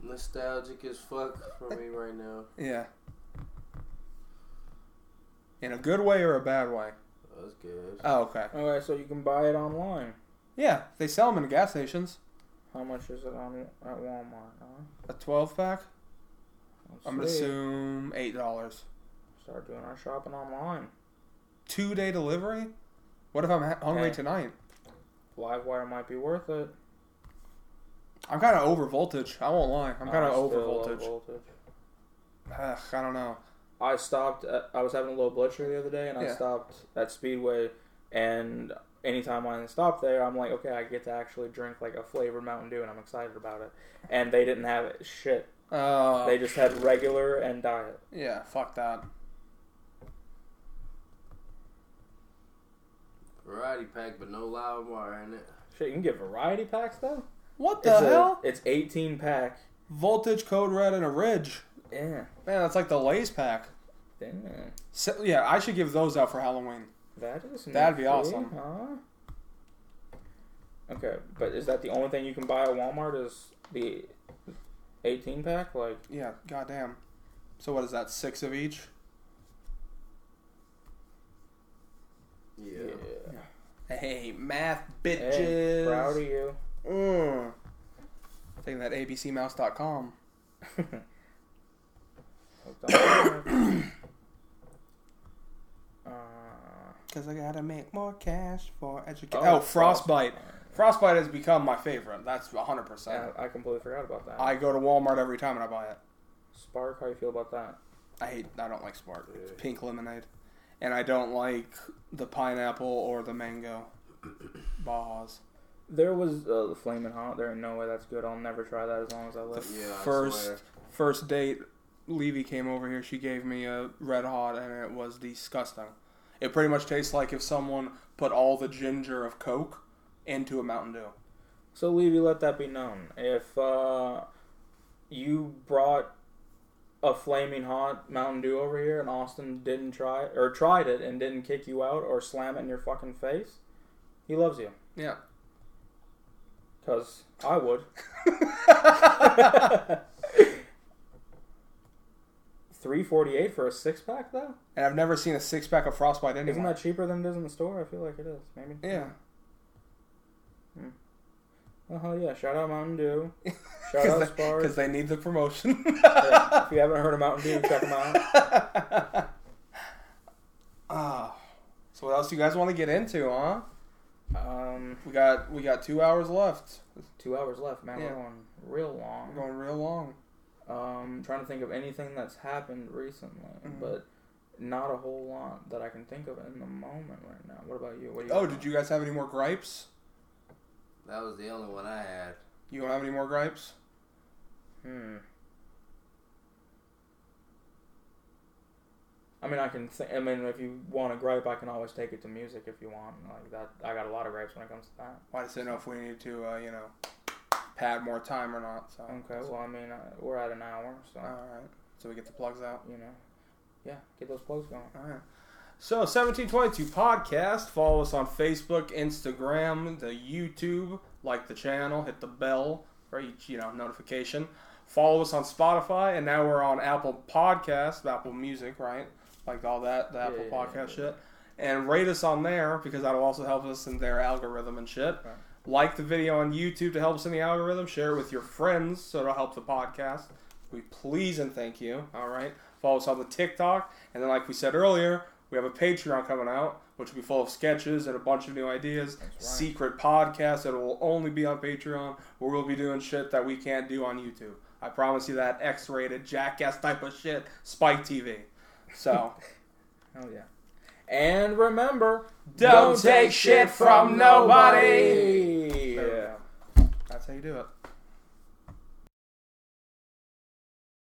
[SPEAKER 4] Nostalgic as fuck for me right now.
[SPEAKER 2] Yeah. In a good way or a bad way?
[SPEAKER 4] That was good.
[SPEAKER 2] Oh, okay.
[SPEAKER 3] Okay, so you can buy it online.
[SPEAKER 2] Yeah, they sell them in gas stations.
[SPEAKER 3] How much is it on at Walmart? Huh?
[SPEAKER 2] A 12 pack?
[SPEAKER 3] Let's
[SPEAKER 2] I'm going to
[SPEAKER 3] see.
[SPEAKER 2] assume $8.
[SPEAKER 3] Start doing our shopping online.
[SPEAKER 2] Two day delivery? What if I'm ha- hungry
[SPEAKER 3] Yeah.
[SPEAKER 2] tonight?
[SPEAKER 3] Livewire might be worth it.
[SPEAKER 2] I'm kind of over voltage. I won't lie. I'm kind
[SPEAKER 3] I
[SPEAKER 2] of
[SPEAKER 3] still
[SPEAKER 2] over
[SPEAKER 3] love
[SPEAKER 2] voltage. Ugh, I don't know.
[SPEAKER 3] I stopped. At, I was having a low blood sugar the other day, and I
[SPEAKER 2] Yeah.
[SPEAKER 3] stopped at Speedway. And anytime I stop there, I'm like, okay, I get to actually drink like a flavored Mountain Dew, and I'm excited about it. And they didn't have it. Shit,
[SPEAKER 2] Uh,
[SPEAKER 3] they just had regular and diet.
[SPEAKER 2] yeah, fuck that.
[SPEAKER 4] Variety pack, but no live wire in it.
[SPEAKER 3] Shit, you can get variety packs though.
[SPEAKER 2] What
[SPEAKER 3] it's
[SPEAKER 2] the
[SPEAKER 3] a-
[SPEAKER 2] hell?
[SPEAKER 3] it's 18 pack.
[SPEAKER 2] Voltage Code Red and a Ridge.
[SPEAKER 3] Yeah.
[SPEAKER 2] Man, that's like the Lay's pack.
[SPEAKER 3] Damn.
[SPEAKER 2] So, yeah, I should give those out for Halloween.
[SPEAKER 3] That is
[SPEAKER 2] That'd be
[SPEAKER 3] new
[SPEAKER 2] awesome.
[SPEAKER 3] Huh? Okay, but is that the only thing you can buy at Walmart? Is the 18 pack like?
[SPEAKER 2] Yeah, goddamn. So what is that? Six of each,
[SPEAKER 4] Yeah.
[SPEAKER 2] Hey, math
[SPEAKER 3] Hey, proud of you.
[SPEAKER 2] Mm. Taking that abcmouse.com.
[SPEAKER 3] Uh,
[SPEAKER 2] Because I gotta make more cash for education.
[SPEAKER 3] Oh,
[SPEAKER 2] Oh, Frostbite. Frostbite has become my favorite. That's 100%.
[SPEAKER 3] yeah, I completely forgot about that.
[SPEAKER 2] I go to Walmart every time and I buy it.
[SPEAKER 3] Spark, how you feel about that?
[SPEAKER 2] I hate, I don't like Smart. It's
[SPEAKER 4] Yeah.
[SPEAKER 2] pink lemonade. And I don't like the pineapple or the mango. Bajas.
[SPEAKER 3] There was uh, the flaming hot. There ain't no way that's good. I'll never try that as long as I
[SPEAKER 2] The
[SPEAKER 3] live.
[SPEAKER 4] Yeah, I
[SPEAKER 2] first
[SPEAKER 4] swear.
[SPEAKER 2] first date, Levy came over here. She gave me a red hot, and it was disgusting. It pretty much tastes like if someone put all the ginger of Coke into a Mountain Dew.
[SPEAKER 3] So Levy, let that be known. If uh, you brought a flaming hot Mountain Dew over here and Austin didn't try it, or tried it and didn't kick you out or slam it in your fucking face, he loves you.
[SPEAKER 2] Yeah.
[SPEAKER 3] Cause I would. Three forty eight for a six pack though?
[SPEAKER 2] And I've never seen a six pack of Frostbite anywhere.
[SPEAKER 3] Isn't that cheaper than it is in the store? I feel like it is. Maybe.
[SPEAKER 2] yeah.
[SPEAKER 3] Oh hell yeah! Shout out Mountain Dew. Shout out Spark.
[SPEAKER 2] Because they need the promotion.
[SPEAKER 3] Yeah, if you haven't heard of Mountain Dew, check them out.
[SPEAKER 2] Ah. so what else do you guys want to get into, huh?
[SPEAKER 3] Uh, Um,
[SPEAKER 2] We got we got two hours left.
[SPEAKER 3] two hours left, man.
[SPEAKER 2] Yeah.
[SPEAKER 3] We're going real
[SPEAKER 2] We're
[SPEAKER 3] long.
[SPEAKER 2] going real long.
[SPEAKER 3] Um, trying to think of anything that's happened recently,
[SPEAKER 2] Mhm.
[SPEAKER 3] but not a whole lot that I can think of in the moment right now. What about you? What do you
[SPEAKER 2] Oh, did you guys have any more gripes?
[SPEAKER 4] That was the only one I had.
[SPEAKER 2] You don't have any more gripes?
[SPEAKER 3] Hmm. I mean, I can. Th- I mean, if you want a gripe, I can always take it to music if you want. Like that, I got a lot of gripes when it comes to that.
[SPEAKER 2] Well, I just didn't know if we needed to, uh, you know, pad more time or not. So
[SPEAKER 3] Okay, well, I mean, uh, we're at an hour, so
[SPEAKER 2] all right. So we get the plugs out.
[SPEAKER 3] you know, yeah, get those plugs going.
[SPEAKER 2] All right. So 1722 podcast. Follow us on Facebook, Instagram, the YouTube. Like the channel. Hit the bell for each you know notification. Follow us on Spotify, and now we're on Apple Podcasts, Apple Music, right? Like all that, the Apple
[SPEAKER 3] yeah, yeah,
[SPEAKER 2] Podcast
[SPEAKER 3] yeah.
[SPEAKER 2] shit. And rate us on there because that'll also help us in their algorithm and shit.
[SPEAKER 3] Right.
[SPEAKER 2] Like the video on YouTube to help us in the algorithm. Share it with your friends so it'll help the podcast. We please and thank you. All right. Follow us on the TikTok. And then, like we said earlier, we have a Patreon coming out, which will be full of sketches and a bunch of new ideas.
[SPEAKER 3] right.
[SPEAKER 2] Secret podcast that will only be on Patreon, where we'll be doing shit that we can't do on YouTube. I promise you that X rated, jackass type of shit, Spike TV. So,
[SPEAKER 3] Hell yeah! And remember,
[SPEAKER 2] Don't take shit from nobody.
[SPEAKER 3] Yeah.
[SPEAKER 2] that's how you do it.